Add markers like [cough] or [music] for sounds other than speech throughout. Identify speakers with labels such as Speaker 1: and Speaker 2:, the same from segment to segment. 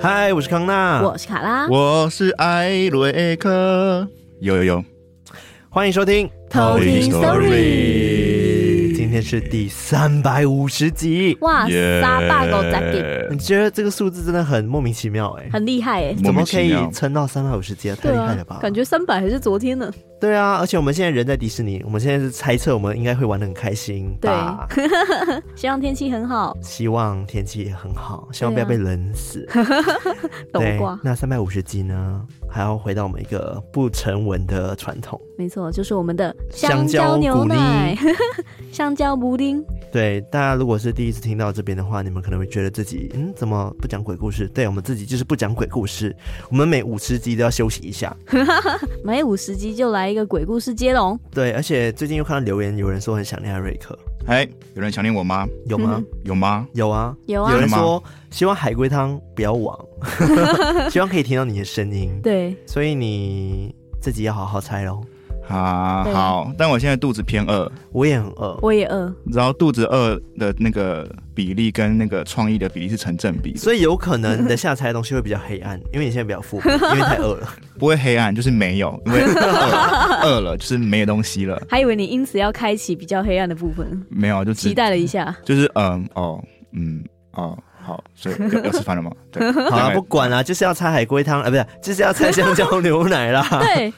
Speaker 1: 嗨，我是康纳，
Speaker 2: 我是卡拉，
Speaker 3: 我是艾瑞克。有有有，
Speaker 1: 欢迎收听《
Speaker 2: 偷听 Story
Speaker 1: 今天是第三百五十集。
Speaker 2: 哇
Speaker 3: 耶
Speaker 2: 撒大啊狗仔给
Speaker 1: 你觉得这个数字真的很莫名其妙哎、
Speaker 2: 很厉害哎、
Speaker 3: 莫
Speaker 1: 怎么
Speaker 3: 名
Speaker 1: 可
Speaker 3: 其
Speaker 1: 以
Speaker 3: 妙
Speaker 1: 撑到三百五十集啊？太厉害了吧！
Speaker 2: 感觉三百还是昨天呢。
Speaker 1: 对啊，而且我们现在人在迪士尼，我们现在是猜测我们应该会玩的很开心吧？
Speaker 2: 希望天气很好，
Speaker 1: 希望天气也很
Speaker 2: 啊
Speaker 1: 好，希望不要被冷
Speaker 2: [laughs]
Speaker 1: 死。
Speaker 2: 抖
Speaker 1: 对
Speaker 2: 挂，，
Speaker 1: 那三百五十集呢，还要回到我们一个不成文的传统。
Speaker 2: 没错，就是我们的
Speaker 1: 香蕉
Speaker 2: 牛
Speaker 1: 布丁
Speaker 2: 奶、 [laughs] 香蕉布丁。
Speaker 1: 对，大家如果是第一次听到这边的话，你们可能会觉得自己，嗯，怎么不讲鬼故事？对我们自己就是不讲鬼故事，我们每五十集都要休息一下。
Speaker 2: 每五十集就来一个鬼故事接龙，
Speaker 1: 对，而且最近又看到留言，有人说很想念艾瑞克，
Speaker 3: 哎，有人想念我吗？
Speaker 1: 有吗？
Speaker 3: 有吗？
Speaker 1: 有啊，
Speaker 2: 嗯有啊
Speaker 1: 有人
Speaker 3: 有吗
Speaker 1: 说希望海龟汤不要亡，希望可以听到你的声音，
Speaker 2: [laughs] 对，
Speaker 1: 所以你自己要好好猜喽。
Speaker 3: 啊，
Speaker 2: 对
Speaker 3: 好，但我现在肚子偏饿，
Speaker 1: 我也很饿，
Speaker 2: 我也饿，
Speaker 3: 然后肚子饿的那个比例跟那个创意的比例是成正比的，
Speaker 1: 所以有可能你的下猜的东西会比较黑暗，因为你现在比较富，因为太饿
Speaker 2: [laughs]
Speaker 1: 了。
Speaker 3: 不会黑暗，就是没有，因为饿了饿 [laughs] 了就是没有东西了，
Speaker 2: 还以为你因此要开启比较黑暗的部分，
Speaker 3: 没有就只
Speaker 2: 期待了一下。
Speaker 3: 就是嗯哦嗯哦好，所以要要吃饭了
Speaker 2: [laughs]
Speaker 3: 吗？对，
Speaker 1: 好
Speaker 3: 大
Speaker 1: 了，
Speaker 3: 概
Speaker 1: 不管了，就是要猜海龟汤啊，呃不是，就是要猜香蕉牛奶啦。 [laughs]
Speaker 2: 对，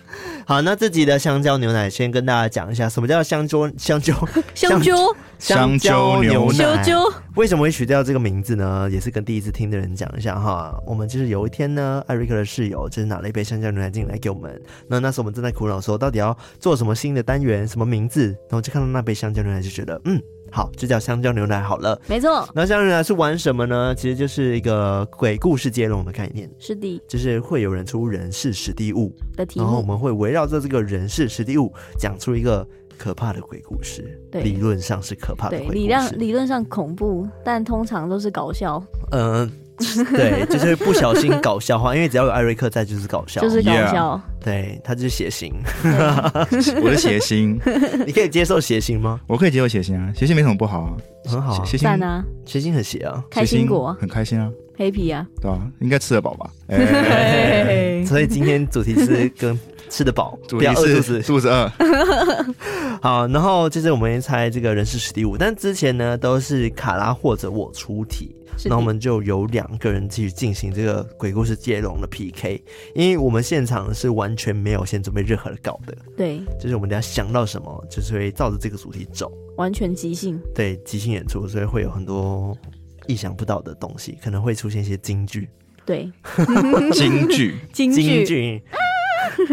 Speaker 1: 好，那这集的香蕉牛奶先跟大家讲一下，什么叫香蕉 [laughs] 香蕉
Speaker 2: 香蕉、
Speaker 3: 香
Speaker 1: 蕉
Speaker 3: 蕉
Speaker 1: 牛
Speaker 3: 牛
Speaker 1: 奶
Speaker 2: 香蕉，
Speaker 1: 为什么会取掉这个名字呢？也是跟第一次听的人讲一下哈。我们就是有一天呢，艾瑞克的室友就是拿了一杯香蕉牛奶进来给我们。那那时候我们正在苦恼说，到底要做什么新的单元，什么名字？然后就看到那杯香蕉牛奶，就觉得嗯，好，就叫香蕉牛奶好了。
Speaker 2: 没错，
Speaker 1: 那香蕉牛奶是玩什么呢？其实就是一个鬼故事接龙的概念，
Speaker 2: 是的
Speaker 1: 就是会有人出人事实地物，
Speaker 2: 的题
Speaker 1: 然后我
Speaker 2: 目，
Speaker 1: 们会围绕着这个人事实地物讲出一个可怕的鬼故事。
Speaker 2: 对
Speaker 1: 理论上是可怕的
Speaker 2: 对
Speaker 1: 鬼，故事。
Speaker 2: 理论理论上恐怖，但通常都是搞笑，
Speaker 1: 嗯，
Speaker 2: [laughs]
Speaker 1: 对，就是不小心搞笑话，因为只要有艾瑞克在就是搞笑，
Speaker 2: 就是搞
Speaker 1: [laughs]
Speaker 3: Yeah
Speaker 2: 笑。
Speaker 1: 对他就是血型，
Speaker 2: 对
Speaker 3: 我的血型，
Speaker 1: [laughs] 你可以接受血型
Speaker 2: [laughs]
Speaker 1: 吗？
Speaker 3: 我可以接受血型啊，血型没什么不好啊，
Speaker 1: 很好啊，
Speaker 3: 血血型
Speaker 2: 赞啊，
Speaker 1: 血型很邪啊，
Speaker 2: 开心果、
Speaker 3: 很开心啊，
Speaker 2: 黑皮啊，
Speaker 3: 对吧、应该吃得饱吧？哎、
Speaker 1: 所以今天主题是跟吃得饱，
Speaker 3: [laughs] 主
Speaker 1: 不要
Speaker 3: 题
Speaker 1: 饿肚
Speaker 3: 是
Speaker 1: 子。
Speaker 3: 肚子饿，
Speaker 1: 好，然后接着我们猜这个人是史蒂五，但之前呢都是卡拉或者我出题，
Speaker 2: [laughs] 是
Speaker 1: 那我
Speaker 2: 的
Speaker 1: 们就有两个人去进行这个鬼故事接龙的 PK，因为我们现场是完全没有先准备任何的稿的，
Speaker 2: 对，
Speaker 1: 就是我们等一下想到什么，就是会照着这个主题走。
Speaker 2: 完全即兴，
Speaker 1: 对即兴演出，所以会有很多意想不到的东西，可能会出现一些京剧。
Speaker 2: 对，
Speaker 3: [laughs] 京剧
Speaker 2: 京
Speaker 1: 京
Speaker 2: 剧，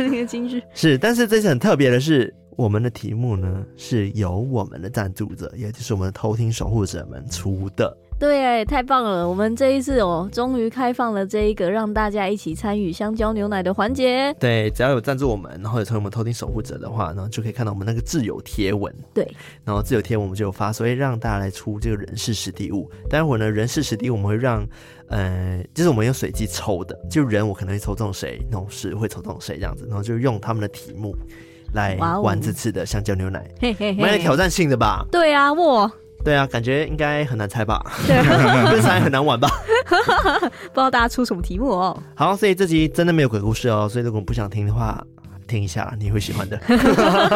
Speaker 1: 剧 [laughs]
Speaker 2: 京剧，
Speaker 1: 是，但是这次很特别的是，我们的题目呢是由我们的赞助者，也就是我们的偷听守护者们出的。
Speaker 2: 对耶，太棒了！我们这一次哦，终于开放了这一个让大家一起参与香蕉牛奶的环节，
Speaker 1: 对，只要有赞助我们，然后有成为我们偷听守护者的话，然后就可以看到我们那个自由贴文。
Speaker 2: 对，
Speaker 1: 然后自由贴文我们就有发，所以让大家来出这个人事实地物。待会儿呢，人事实地物我们会让，呃，就是我们用随机抽的，就人我可能会抽中谁，然后是会抽中谁这样子，然后就用他们的题目来
Speaker 2: 哇哦
Speaker 1: 玩这次的香蕉牛奶，啊
Speaker 2: 嘿嘿
Speaker 1: 蛮有
Speaker 2: [laughs]
Speaker 1: 挑
Speaker 2: 嘿。
Speaker 1: 战性的吧？
Speaker 2: 对啊，哇，
Speaker 1: 对啊，感觉应该很难猜吧？ [laughs]
Speaker 2: 对，
Speaker 1: 不是猜很难玩吧？啊
Speaker 2: 不知道大家出什么题目哦。
Speaker 1: 好，所以这集真的没有鬼故事哦，所以如果不想听的话，听一下你会喜欢的。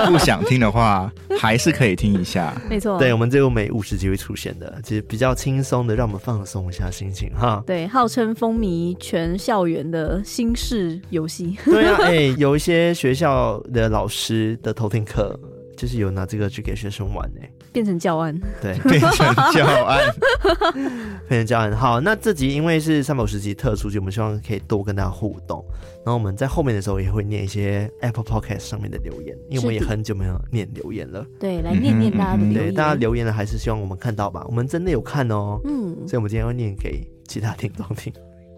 Speaker 3: 不想听的话，还是可以听一
Speaker 2: [laughs]
Speaker 3: 下。
Speaker 2: 没错，
Speaker 1: 对，我们这个每五十集会出现的，其实比较轻松的，让我们放松一下心情哈。
Speaker 2: 对，号称风靡全校园的新式游戏， [laughs]
Speaker 1: 对啊，哎、有一些学校的老师的偷听课，就是有拿这个去给学生玩哎、
Speaker 2: 变成教案， [laughs]
Speaker 1: 对，
Speaker 3: 变成教案，
Speaker 1: 非常教人。好，那这集因为是三百五十集特殊集，我们希望可以多跟大家互动。然后我们在后面的时候也会念一些 Apple Podcast 上面的留言，因为我们也
Speaker 2: 是的
Speaker 1: 很久没有念留言了。
Speaker 2: 对，来念念大家的留
Speaker 1: 嗯对，
Speaker 2: 言。
Speaker 1: 大家留言了还是希望我们看到吧？我们真的有看哦，
Speaker 2: 嗯，哦
Speaker 1: 所以我们今天要念给其他听众听。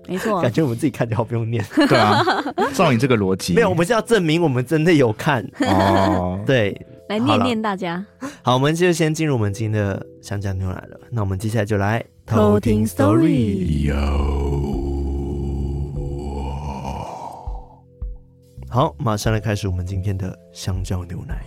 Speaker 2: 没错
Speaker 1: 感，觉我们自己看就好，不用念。
Speaker 3: 对啊，照你这个逻辑，
Speaker 1: 没有，我们是要证明我们真的有看。
Speaker 3: 哦，
Speaker 1: 对，
Speaker 2: 来
Speaker 1: 好
Speaker 2: 念
Speaker 1: 了
Speaker 2: 念大家。
Speaker 1: 好，我们就先进入我们今天的香蕉牛奶了。那我们接下来就来
Speaker 2: 偷听 story
Speaker 1: 好，马上来开始我们今天的香蕉牛奶。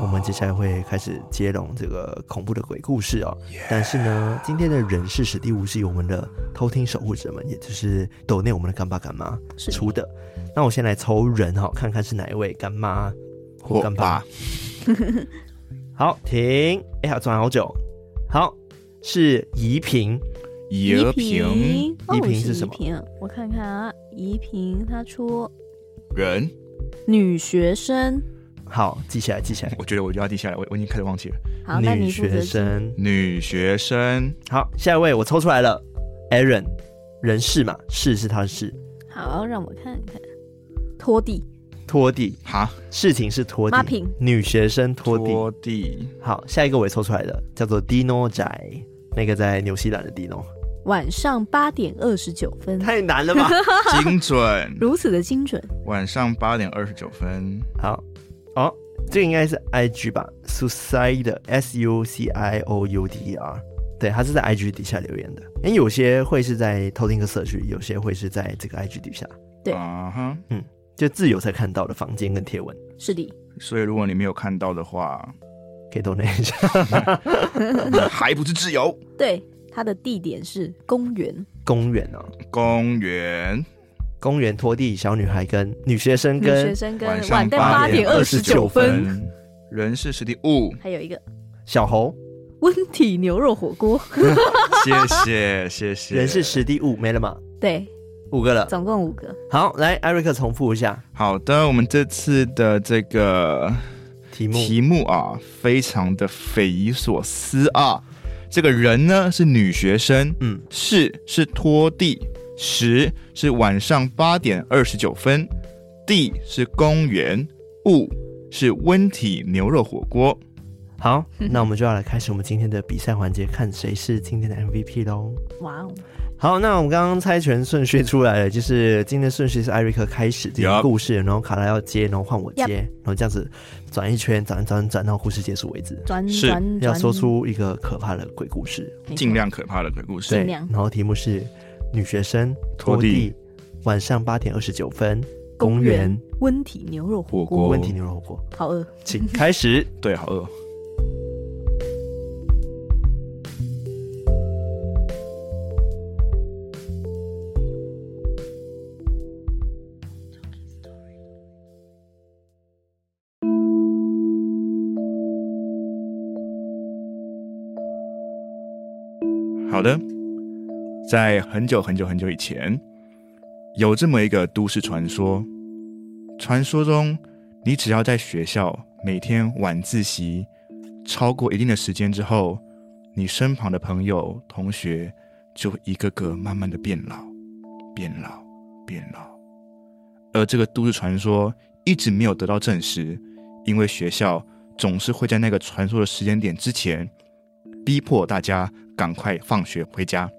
Speaker 1: 我们接下来会开始接龙这个恐怖的鬼故事哦。但是呢，今天的人事史蒂无是由我们的偷听守护者们，也就是抖内我们的干爸干妈
Speaker 2: 是
Speaker 1: 出的。那我先来抽人哈、看看是哪一位干妈或
Speaker 3: 我
Speaker 1: 干爸
Speaker 3: 爸。
Speaker 1: 好，停，哎呀，转好久。好，是怡平，
Speaker 3: 野平
Speaker 2: 哦
Speaker 1: 怡平
Speaker 2: 是
Speaker 1: 是什么
Speaker 2: 怡平啊我看看啊，怡平他出
Speaker 3: 人，
Speaker 2: 女学生，
Speaker 1: 好，记起来，记起来。
Speaker 3: 我觉得我就要记下来，我我已经开始忘记了。
Speaker 2: 好，那
Speaker 1: 女
Speaker 2: 你负责
Speaker 1: 学生，
Speaker 3: 女学生，
Speaker 1: 好，下一位我抽出来了，Aaron，人事嘛，事是他的事，
Speaker 2: 记。好，让我看看，拖地，
Speaker 1: 拖地，
Speaker 3: 哈，
Speaker 1: 事情是拖
Speaker 2: 抹
Speaker 1: 地
Speaker 2: 平，
Speaker 1: 女学生拖地。
Speaker 3: 拖地，
Speaker 1: 好，下一个我也抽出来的叫做 Dino 仔，那个在纽西兰的 Dino， [laughs]
Speaker 2: 晚上八点二十九分，
Speaker 1: 太难了
Speaker 2: [laughs]
Speaker 1: 吧？
Speaker 3: 精准。
Speaker 2: 如此的精准。
Speaker 3: 晚上八点二十九分，
Speaker 1: 好，哦，这个应该是 IG 吧，Suicide S U C I O U D E R，对，他是在 IG 底下留言的。因为有些会是在偷听客社区，有些会是在这个 IG 底下，
Speaker 2: 对
Speaker 3: 啊哈。
Speaker 1: 就自由才看到的房间跟贴文，
Speaker 2: 是的，
Speaker 3: 所以如果你没有看到的话，
Speaker 1: 可以 d o 一下。
Speaker 3: 你还不是自由？
Speaker 2: 对，他的地点是公园，
Speaker 1: 公园哦，
Speaker 3: 公园，
Speaker 1: 公园拖地小女孩跟女学生
Speaker 2: 女学
Speaker 1: 跟
Speaker 2: 生跟
Speaker 3: 晚上
Speaker 2: 晚在
Speaker 3: 8
Speaker 2: 点
Speaker 3: 点
Speaker 2: 二十九
Speaker 1: 29分
Speaker 2: 分，
Speaker 3: 嗯，人是实地物。
Speaker 2: 还有一个
Speaker 1: 小猴，
Speaker 2: 温体牛肉火锅， [laughs]
Speaker 3: 谢谢谢谢。
Speaker 1: 人是实地物，没了嘛，
Speaker 2: 对，
Speaker 1: 五个了。
Speaker 2: 总共五个。
Speaker 1: 好，来，艾瑞克重复一下
Speaker 3: 好的，我们这次的这个
Speaker 1: 题目。
Speaker 3: 题目啊，非常的匪夷所思啊。这个人呢是女学生，
Speaker 1: 嗯，
Speaker 3: 事是拖地，时是晚上八点二十九分，地是公园，物是温体牛肉火锅。
Speaker 1: 好，
Speaker 2: 嗯
Speaker 1: 那我们就要来开始我们今天的比赛环节，看谁是今天的 MVP 喽。
Speaker 2: 哇哦，
Speaker 1: 好，那我们刚刚猜拳顺序出来了，就是今天顺序是艾瑞克开始这个
Speaker 3: Yup
Speaker 1: 故事，然后卡拉要接，然后换我接
Speaker 2: Yup
Speaker 1: 然后这样子转一圈，转转转到故事结束为止。
Speaker 2: 转
Speaker 3: 是
Speaker 2: 转嗯转，
Speaker 1: 要说出一个可怕的鬼故事，
Speaker 2: 没错
Speaker 3: 尽量可怕的鬼故
Speaker 1: 对
Speaker 2: 尽
Speaker 3: 事。
Speaker 2: 量
Speaker 1: 然后题目是女学生
Speaker 3: 拖地，
Speaker 1: 晚上八点二十九分，
Speaker 2: 公
Speaker 1: 公园
Speaker 2: 园温体牛肉火
Speaker 3: 火
Speaker 2: 锅，
Speaker 3: 锅
Speaker 1: 问题牛肉火锅，
Speaker 2: 好饿。
Speaker 1: 请开始。
Speaker 3: 对，好饿哦。好的，在很久很久很久以前，有这么一个都市传说，传说中你只要在学校每天晚自习超过一定的时间之后，你身旁的朋友、同学就一个个慢慢的变老、变老、变老。而这个都市传说一直没有得到证实，因为学校总是会在那个传说的时间点之前，逼迫大家赶快放学回家。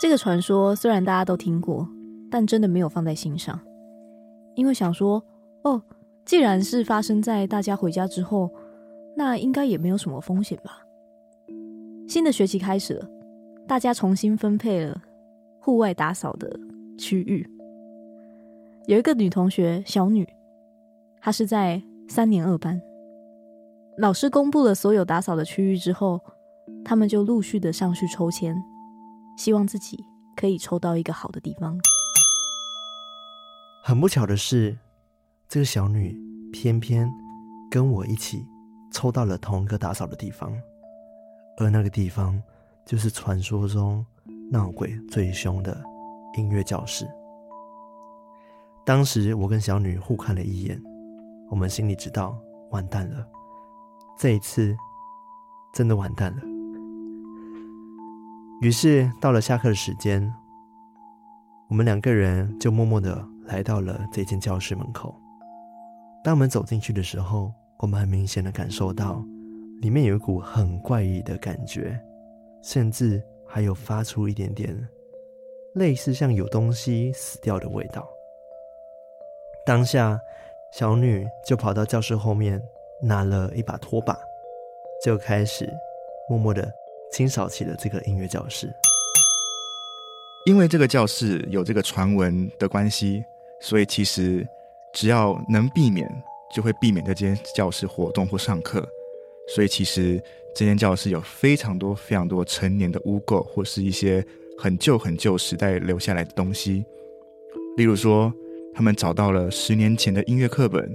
Speaker 2: 这个传说虽然大家都听过，但真的没有放在心上，因为想说，哦，既然是发生在大家回家之后，那应该也没有什么风险吧。新的学期开始了，大家重新分配了户外打扫的区域。有一个女同学小女，她是在三年二班。老师公布了所有打扫的区域之后，他们就陆续的上去抽签，希望自己可以抽到一个好的地方。
Speaker 1: 很不巧的是，这个小女偏偏跟我一起抽到了同一个打扫的地方，而那个地方就是传说中闹鬼最凶的音乐教室。当时我跟小女互看了一眼，我们心里知道完蛋了，这一次真的完蛋了。于是到了下课的时间，我们两个人就默默的来到了这间教室门口。当我们走进去的时候，我们很明显的感受到，里面有一股很怪异的感觉，甚至还有发出一点点类似像有东西死掉的味道。当下，小女就跑到教室后面，拿了一把拖把，就开始默默的清扫起了这个音乐教室。
Speaker 3: 因为这个教室有这个传闻的关系，所以其实只要能避免就会避免在这间教室活动或上课。所以其实这间教室有非常多非常多成年的污垢，或是一些很旧很旧时代留下来的东西。例如说，他们找到了十年前的音乐课本，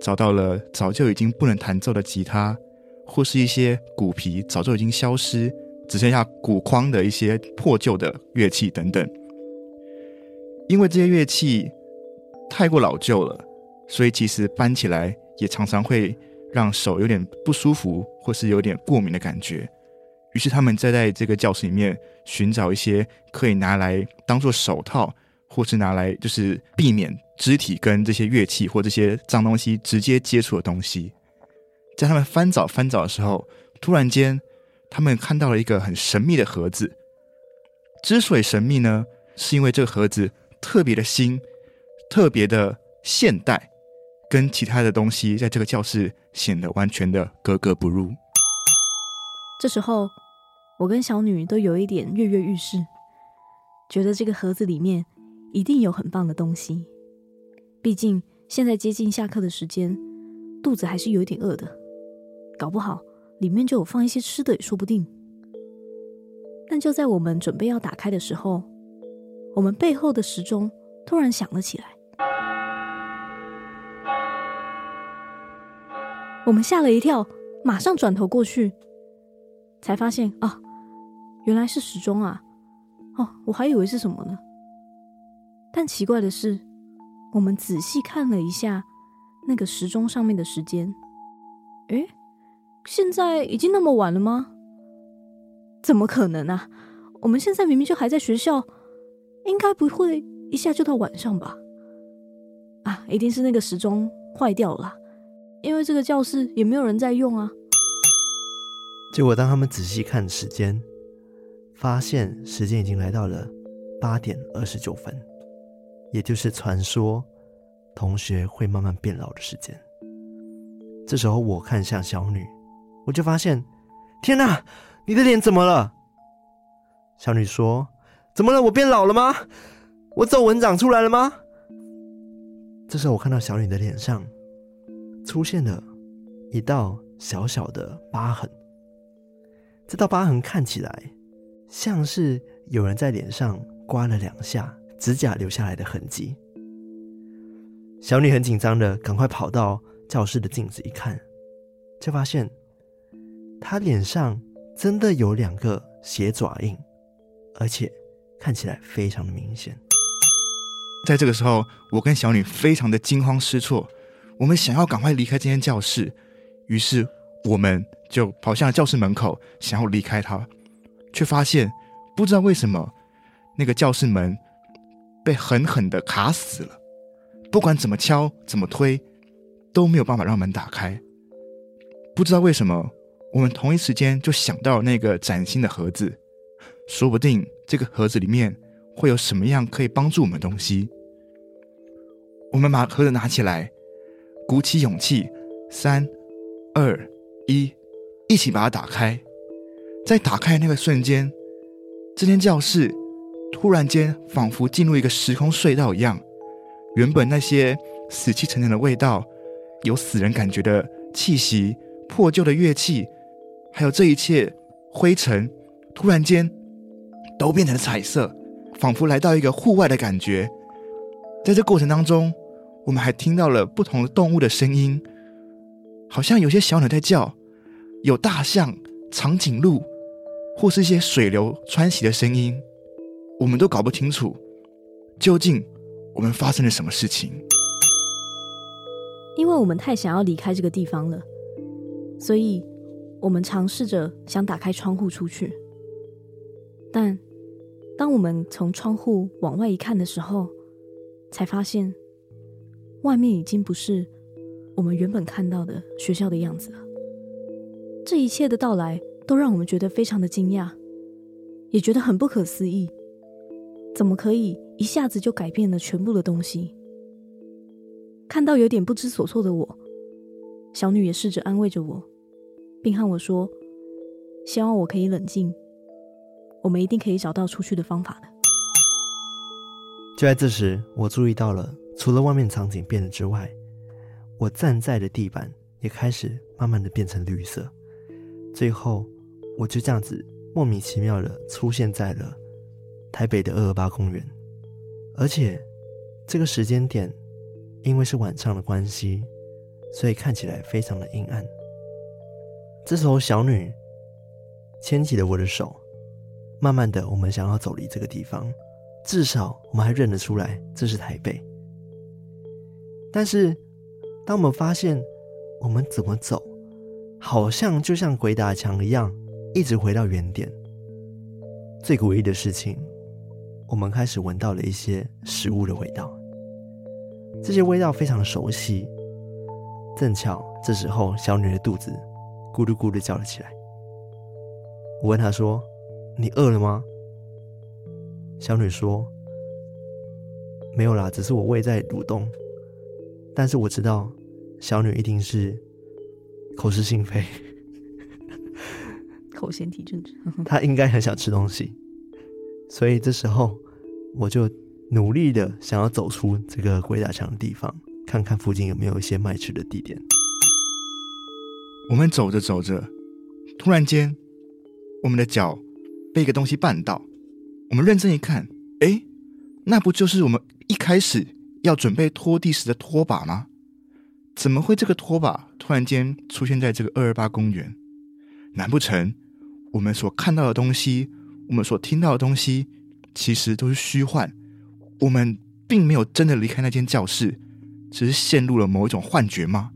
Speaker 3: 找到了早就已经不能弹奏的吉他，或是一些鼓皮早就已经消失，只剩下鼓框的一些破旧的乐器等等。因为这些乐器太过老旧了，所以其实搬起来也常常会让手有点不舒服，或是有点过敏的感觉。于是他们再在这个教室里面寻找一些可以拿来当做手套，或是拿来就是避免肢体跟这些乐器或这些脏东西直接接触的东西。在他们翻找翻找的时候，突然间他们看到了一个很神秘的盒子。之所以神秘呢，是因为这个盒子特别的新，特别的现代，跟其他的东西在这个教室显得完全的格格不入。
Speaker 2: 这时候，我跟小女都有一点跃跃欲试，觉得这个盒子里面一定有很棒的东西。毕竟现在接近下课的时间，肚子还是有一点饿的，搞不好里面就有放一些吃的也说不定。但就在我们准备要打开的时候，我们背后的时钟突然响了起来。我们吓了一跳，马上转头过去，才发现啊，原来是时钟啊！哦，我还以为是什么呢。但奇怪的是，我们仔细看了一下那个时钟上面的时间，诶，现在已经那么晚了吗？怎么可能啊！我们现在明明就还在学校，应该不会一下就到晚上吧？啊，一定是那个时钟坏掉了啦，啊因为这个教室也没有人在用啊。
Speaker 1: 结果当他们仔细看时间，发现时间已经来到了八点二十九分，也就是传说同学会慢慢变老的时间。这时候我看向小女，我就发现，天哪，你的脸怎么了？小女说：“怎么了？我变老了吗？我皱纹长出来了吗？”这时候我看到小女的脸上出现了一道小小的疤痕。这道疤痕看起来像是有人在脸上刮了两下，指甲留下来的痕迹。小女很紧张的赶快跑到教室的镜子一看，就发现她脸上真的有两个鞋爪印，而且看起来非常的明显。
Speaker 3: 在这个时候，我跟小女非常的惊慌失措，我们想要赶快离开这间教室，于是我们就跑向了教室门口，想要离开它，却发现不知道为什么那个教室门被狠狠的卡死了，不管怎么敲怎么推，都没有办法让门打开。不知道为什么，我们同一时间就想到了那个崭新的盒子，说不定这个盒子里面会有什么样可以帮助我们的东西。我们把盒子拿起来，鼓起勇气，三、二、一，一起把它打开。在打开的那个瞬间，这间教室突然间仿佛进入一个时空隧道一样，原本那些死气沉沉的味道，有死人感觉的气息，破旧的乐器，还有这一切灰尘，突然间都变成了彩色，仿佛来到一个户外的感觉。在这过程当中，我们还听到了不同的动物的声音，好像有些小鸟在叫，有大象、长颈鹿，或是一些水流穿行的声音，我们都搞不清楚究竟我们发生了什么事情。
Speaker 2: 因为我们太想要离开这个地方了，所以我们尝试着想打开窗户出去。但当我们从窗户往外一看的时候，才发现外面已经不是我们原本看到的学校的样子了。这一切的到来都让我们觉得非常的惊讶，也觉得很不可思议，怎么可以一下子就改变了全部的东西？看到有点不知所措的我，小女也试着安慰着我，并和我说：“希望我可以冷静，我们一定可以找到出去的方法的。 [laughs]
Speaker 1: 就在这时，我注意到了，除了外面场景变了之外，我站在的地板也开始慢慢的变成绿色。最后，我就这样子莫名其妙的出现在了台北的二二八公园，而且这个时间点因为是晚上的关系，所以看起来非常的阴暗。这时候，小女牵起了我的手，慢慢的，我们想要走离这个地方，至少我们还认得出来这是台北。但是，当我们发现我们怎么走，好像就像鬼打墙一样，一直回到原点。最诡异的事情，我们开始闻到了一些食物的味道，这些味道非常的熟悉。正巧这时候，小女的肚子咕噜咕噜叫了起来。我问她说：“你饿了吗？”小女说：“没有啦，只是我胃在蠕动。”但是我知道，小女一定是口是心非，
Speaker 2: 口嫌体正直。
Speaker 1: 她应该很想吃东西，所以这时候我就努力的想要走出这个鬼打墙的地方，看看附近有没有一些卖吃的地点。
Speaker 3: 我们走着走着，突然间，我们的脚被一个东西绊到。我们认真一看，诶，那不就是我们一开始要准备拖地时的拖把吗？怎么会这个拖把突然间出现在这个二二八公园？难不成我们所看到的东西，我们所听到的东西，其实都是虚幻？我们并没有真的离开那间教室，只是陷入了某一种幻觉吗？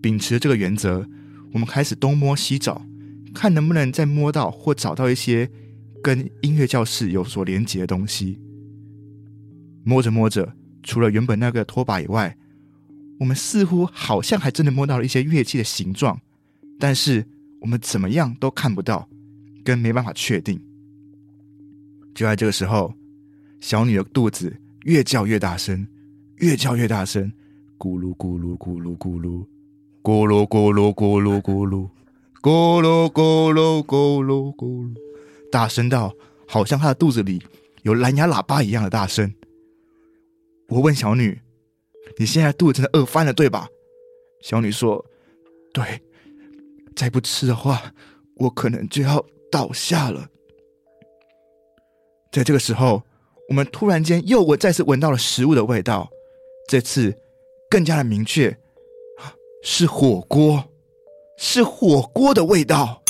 Speaker 3: 秉持这个原则，我们开始东摸西找，看能不能再摸到或找到一些跟音乐教室有所连结的东西。摸着摸着，除了原本那个拖把以外，我们似乎好像还真的摸到了一些乐器的形状，但是我们怎么样都看不到，跟没办法确定。就在这个时候，小女的肚子越叫越大声，越叫越大声，咕噜咕噜咕噜咕噜，咕噜咕噜咕噜咕噜，咕噜咕噜咕噜咕噜，大声到好像她的肚子里有蓝牙喇叭一样的大声。我问小女：“你现在肚子真的饿翻了，对吧？”小女说：“对，再不吃的话，我可能就要倒下了。”在这个时候，我们突然间又我再次闻到了食物的味道，这次更加的明确，是火锅，是火锅的味道。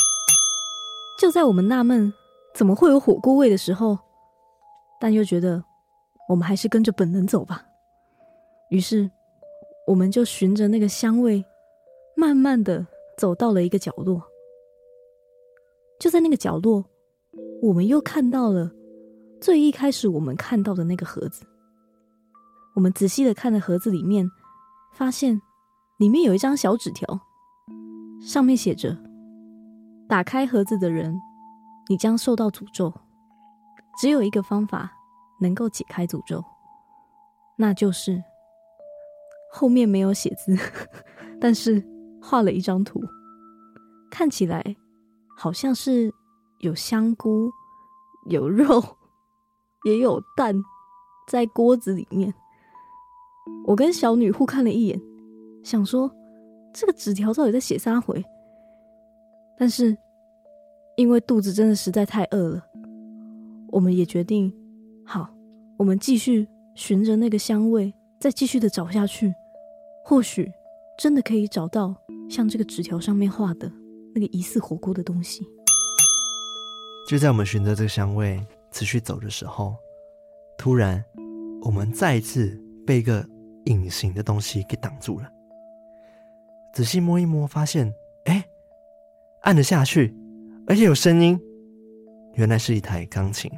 Speaker 2: 就在我们纳闷怎么会有火锅味的时候，但又觉得我们还是跟着本能走吧。于是，我们就循着那个香味，慢慢的走到了一个角落。就在那个角落，我们又看到了最一开始我们看到的那个盒子。我们仔细的看了盒子里面，发现里面有一张小纸条，上面写着：“打开盒子的人，你将受到诅咒。只有一个方法能够解开诅咒，那就是……”后面没有写字， [laughs] 但是画了一张图，看起来好像是有香菇、有肉， [laughs] 也有蛋在锅子里面。我跟小女互看了一眼，想说这个纸条到底在写啥回？但是因为肚子真的实在太饿了，我们也决定，好，我们继续循着那个香味，再继续的找下去，或许真的可以找到像这个纸条上面画的那个疑似火锅的东西。
Speaker 1: 就在我们循着这个香味持续走的时候，突然，我们再一次被一个隐形的东西给挡住了。仔细摸一摸，发现，哎，按了下去，而且有声音，原来是一台钢琴。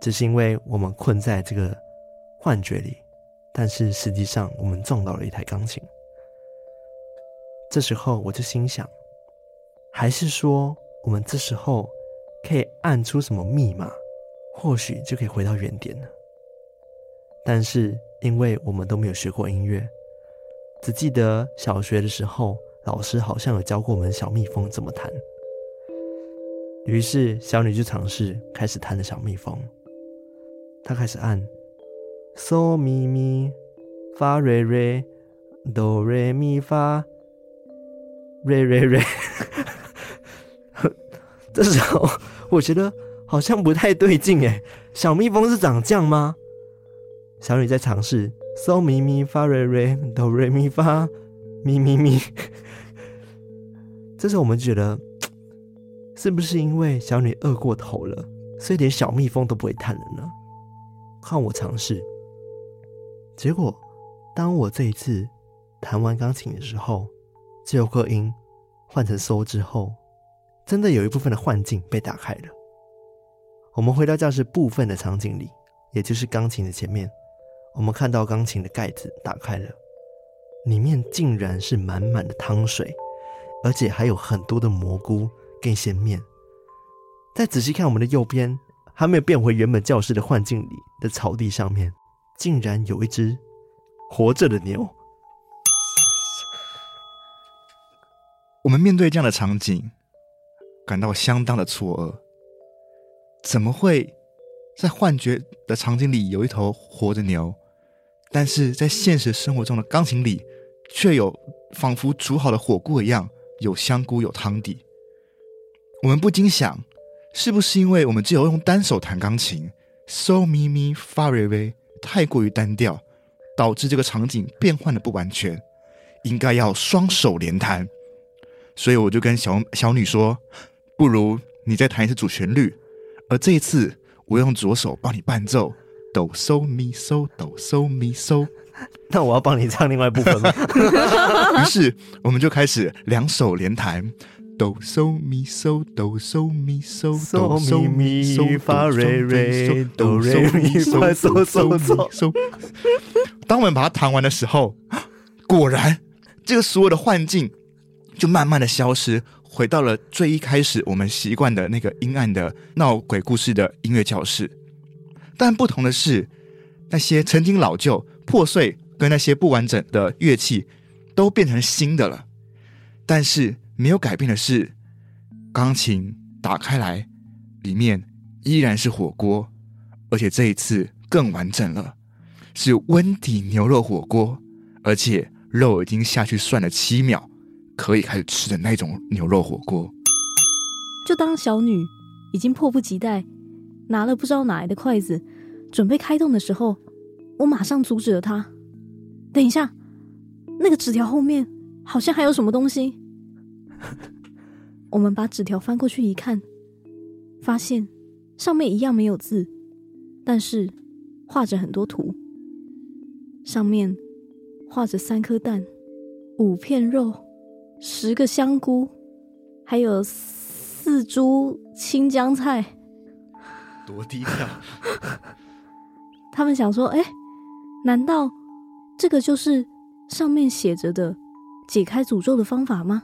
Speaker 1: 只是因为我们困在这个幻觉里，但是实际上我们撞到了一台钢琴。这时候我就心想，还是说我们这时候可以按出什么密码，或许就可以回到原点呢？但是因为我们都没有学过音乐，只记得小学的时候老师好像有教过我们小蜜蜂怎么弹。于是小女就尝试开始弹了小蜜蜂，她开始按嗦咪咪发瑞瑞哆瑞咪发，瑞瑞瑞。这时候我觉得好像不太对劲哎，小蜜蜂是长这样吗？小女在尝试嗦咪咪发瑞瑞哆瑞咪发咪咪咪。 [laughs] 这时候我们觉得，是不是因为小女饿过头了，所以连小蜜蜂都不会探了呢？看我尝试，结果当我这一次弹完钢琴的时候，这首课音换成收之后，真的有一部分的幻境被打开了。我们回到教室部分的场景里，也就是钢琴的前面，我们看到钢琴的盖子打开了，里面竟然是满满的汤水，而且还有很多的蘑菇跟鲜面。再仔细看我们的右边，还没有变回原本教室的幻境里的草地上面，竟然有一只活着的牛。
Speaker 3: 我们面对这样的场景，感到相当的错愕。怎么会在幻觉的场景里有一头活着牛，但是在现实生活中的钢琴里，却有仿佛煮好的火锅一样，有香菇有汤底？我们不禁想，是不是因为我们只有用单手弹钢琴，so 咪咪发瑞瑞太过于单调，导致这个场景变换的不完全，应该要双手连弹。所以我就跟小小女说，不如你再弹一次主旋律，而这一次我用左手帮你伴奏，哆嗦咪嗦哆嗦咪嗦。
Speaker 1: 那我要帮你唱另外一部分吗？
Speaker 3: 于是我们就开始两手连弹。哆嗦咪嗦哆嗦咪嗦哆嗦咪嗦
Speaker 1: 发瑞瑞哆瑞咪发嗦嗦嗦
Speaker 3: 嗦。当我们把它弹完的时候，果然这个所有的幻境就慢慢的消失，回到了最一开始我们习惯的那个阴暗的闹鬼故事的音乐教室。但不同的是，那些曾经老旧、破碎跟那些不完整的乐器都变成新的了，但是没有改变的是，钢琴打开来，里面依然是火锅，而且这一次更完整了，是温底牛肉火锅，而且肉已经下去涮了七秒，可以开始吃的那种牛肉火锅。
Speaker 2: 就当小女已经迫不及待拿了不知道哪来的筷子，准备开动的时候，我马上阻止了她。等一下，那个纸条后面好像还有什么东西。 [laughs] 我们把纸条翻过去一看，发现上面一样没有字，但是画着很多图，上面画着三颗蛋、五片肉、十个香菇，还有四株青江菜。
Speaker 3: 多低调！
Speaker 2: 他们想说：“哎，难道这个就是上面写着的解开诅咒的方法吗？”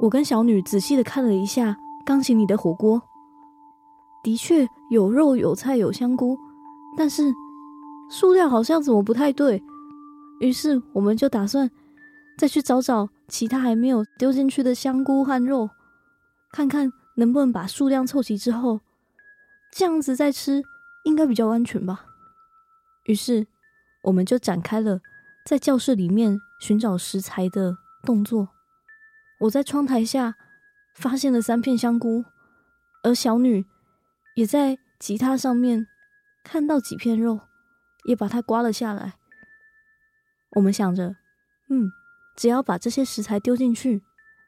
Speaker 2: 我跟小女仔细的看了一下钢琴里的火锅，的确有肉、有菜、有香菇，但是数量好像怎么不太对。于是我们就打算再去找找其他还没有丢进去的香菇和肉，看看能不能把数量凑齐之后，这样子再吃应该比较安全吧。于是我们就展开了在教室里面寻找食材的动作。我在窗台下发现了三片香菇，而小女也在吉他上面看到几片肉，也把它刮了下来。我们想着，嗯，只要把这些食材丢进去，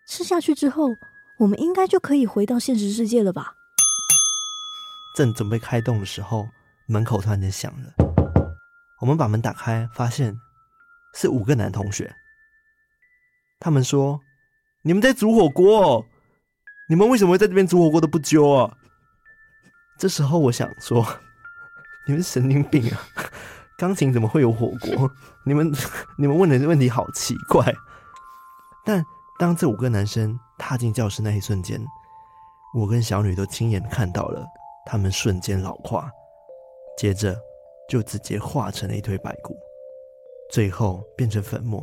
Speaker 2: 吃下去之后，我们应该就可以回到现实世界了吧？
Speaker 1: 正准备开动的时候，门口突然间响了。我们把门打开，发现是五个男同学。他们说：“你们在煮火锅、哦，你们为什么会在这边煮火锅都不揪啊？”这时候我想说：“你们神经病啊！钢琴怎么会有火锅？你们 [laughs] 你们问的问题好奇怪。”但当这五个男生踏进教室那一瞬间，我跟小女都亲眼看到了他们瞬间老化，接着就直接化成了一堆白骨，最后变成粉末，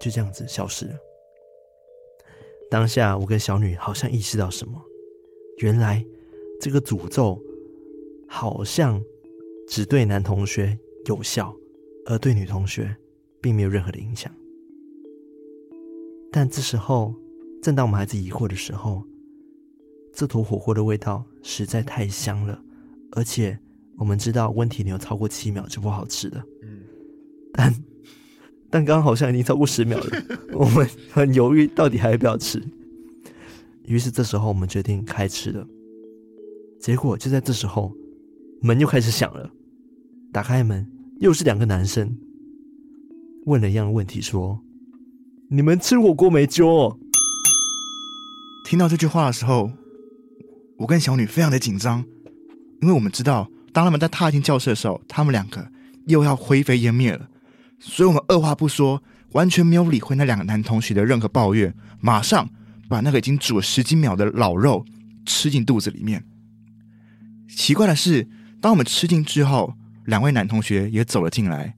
Speaker 1: 就这样子消失了。当下，我跟小女好像意识到什么，原来这个诅咒好像只对男同学有效，而对女同学并没有任何的影响。但这时候，正当我们还在疑惑的时候，这坨火锅的味道实在太香了，而且我们知道温体牛超过七秒就不好吃了。
Speaker 3: 嗯，
Speaker 1: 但但刚刚好像已经超过十秒了，我们很犹豫到底还要不要吃。于是这时候我们决定开吃了。结果就在这时候，门又开始响了。打开门，又是两个男生，问了一样的问题，说：“你们吃火锅没揪、哦
Speaker 3: 听到这句话的时候，我跟小女非常的紧张，因为我们知道，当他们在踏进教室的时候，他们两个又要灰飞烟灭了。所以我们二话不说，完全没有理会那两个男同学的任何抱怨，马上把那个已经煮了十几秒的老肉吃进肚子里面。奇怪的是，当我们吃进之后，两位男同学也走了进来，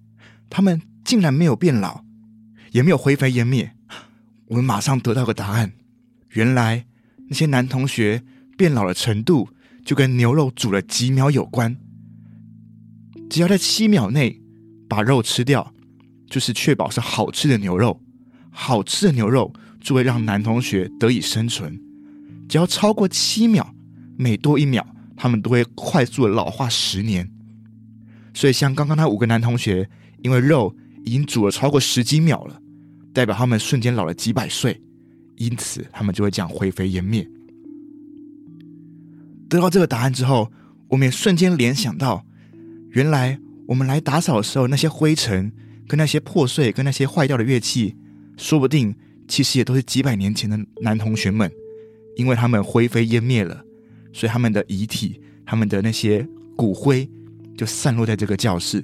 Speaker 3: 他们竟然没有变老，也没有灰飞烟灭。我们马上得到个答案，原来那些男同学变老的程度就跟牛肉煮了几秒有关。只要在七秒内把肉吃掉，就是确保是好吃的牛肉。好吃的牛肉就会让男同学得以生存。只要超过七秒，每多一秒，他们都会快速的老化十年。所以，像刚刚那五个男同学，因为肉已经煮了超过十几秒了，代表他们瞬间老了几百岁。因此他们就会这样灰飞烟灭。得到这个答案之后，我们也瞬间联想到，原来我们来打扫的时候，那些灰尘、跟那些破碎、跟那些坏掉的乐器，说不定其实也都是几百年前的男同学们，因为他们灰飞烟灭了，所以他们的遗体、他们的那些骨灰就散落在这个教室。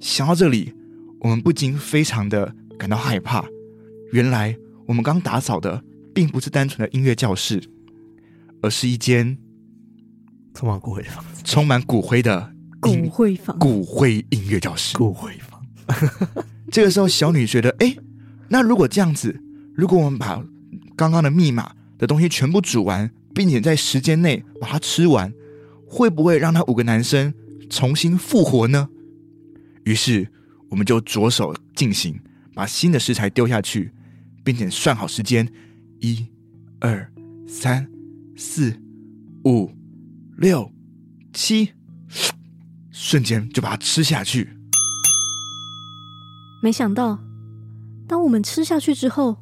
Speaker 3: 想到这里，我们不禁非常的感到害怕。原来我们刚打扫的并不是单纯的音乐教室，而是一间？”
Speaker 1: 充满骨 [laughs] 灰的房子，
Speaker 3: 充满骨灰的
Speaker 2: 骨灰房，
Speaker 3: 骨灰音乐教室。
Speaker 1: 骨灰房，
Speaker 3: 这个时候，小女觉得，哎，那如果这样子，如果我们把刚刚的密码的东西全部煮完，并且在时间内把它吃完，会不会让那五个男生重新复活呢？于是，我们就着手进行，把新的食材丢下去，并且算好时间：一、二、三、四、五、六、七，瞬间就把它吃下去。
Speaker 2: 没想到，当我们吃下去之后，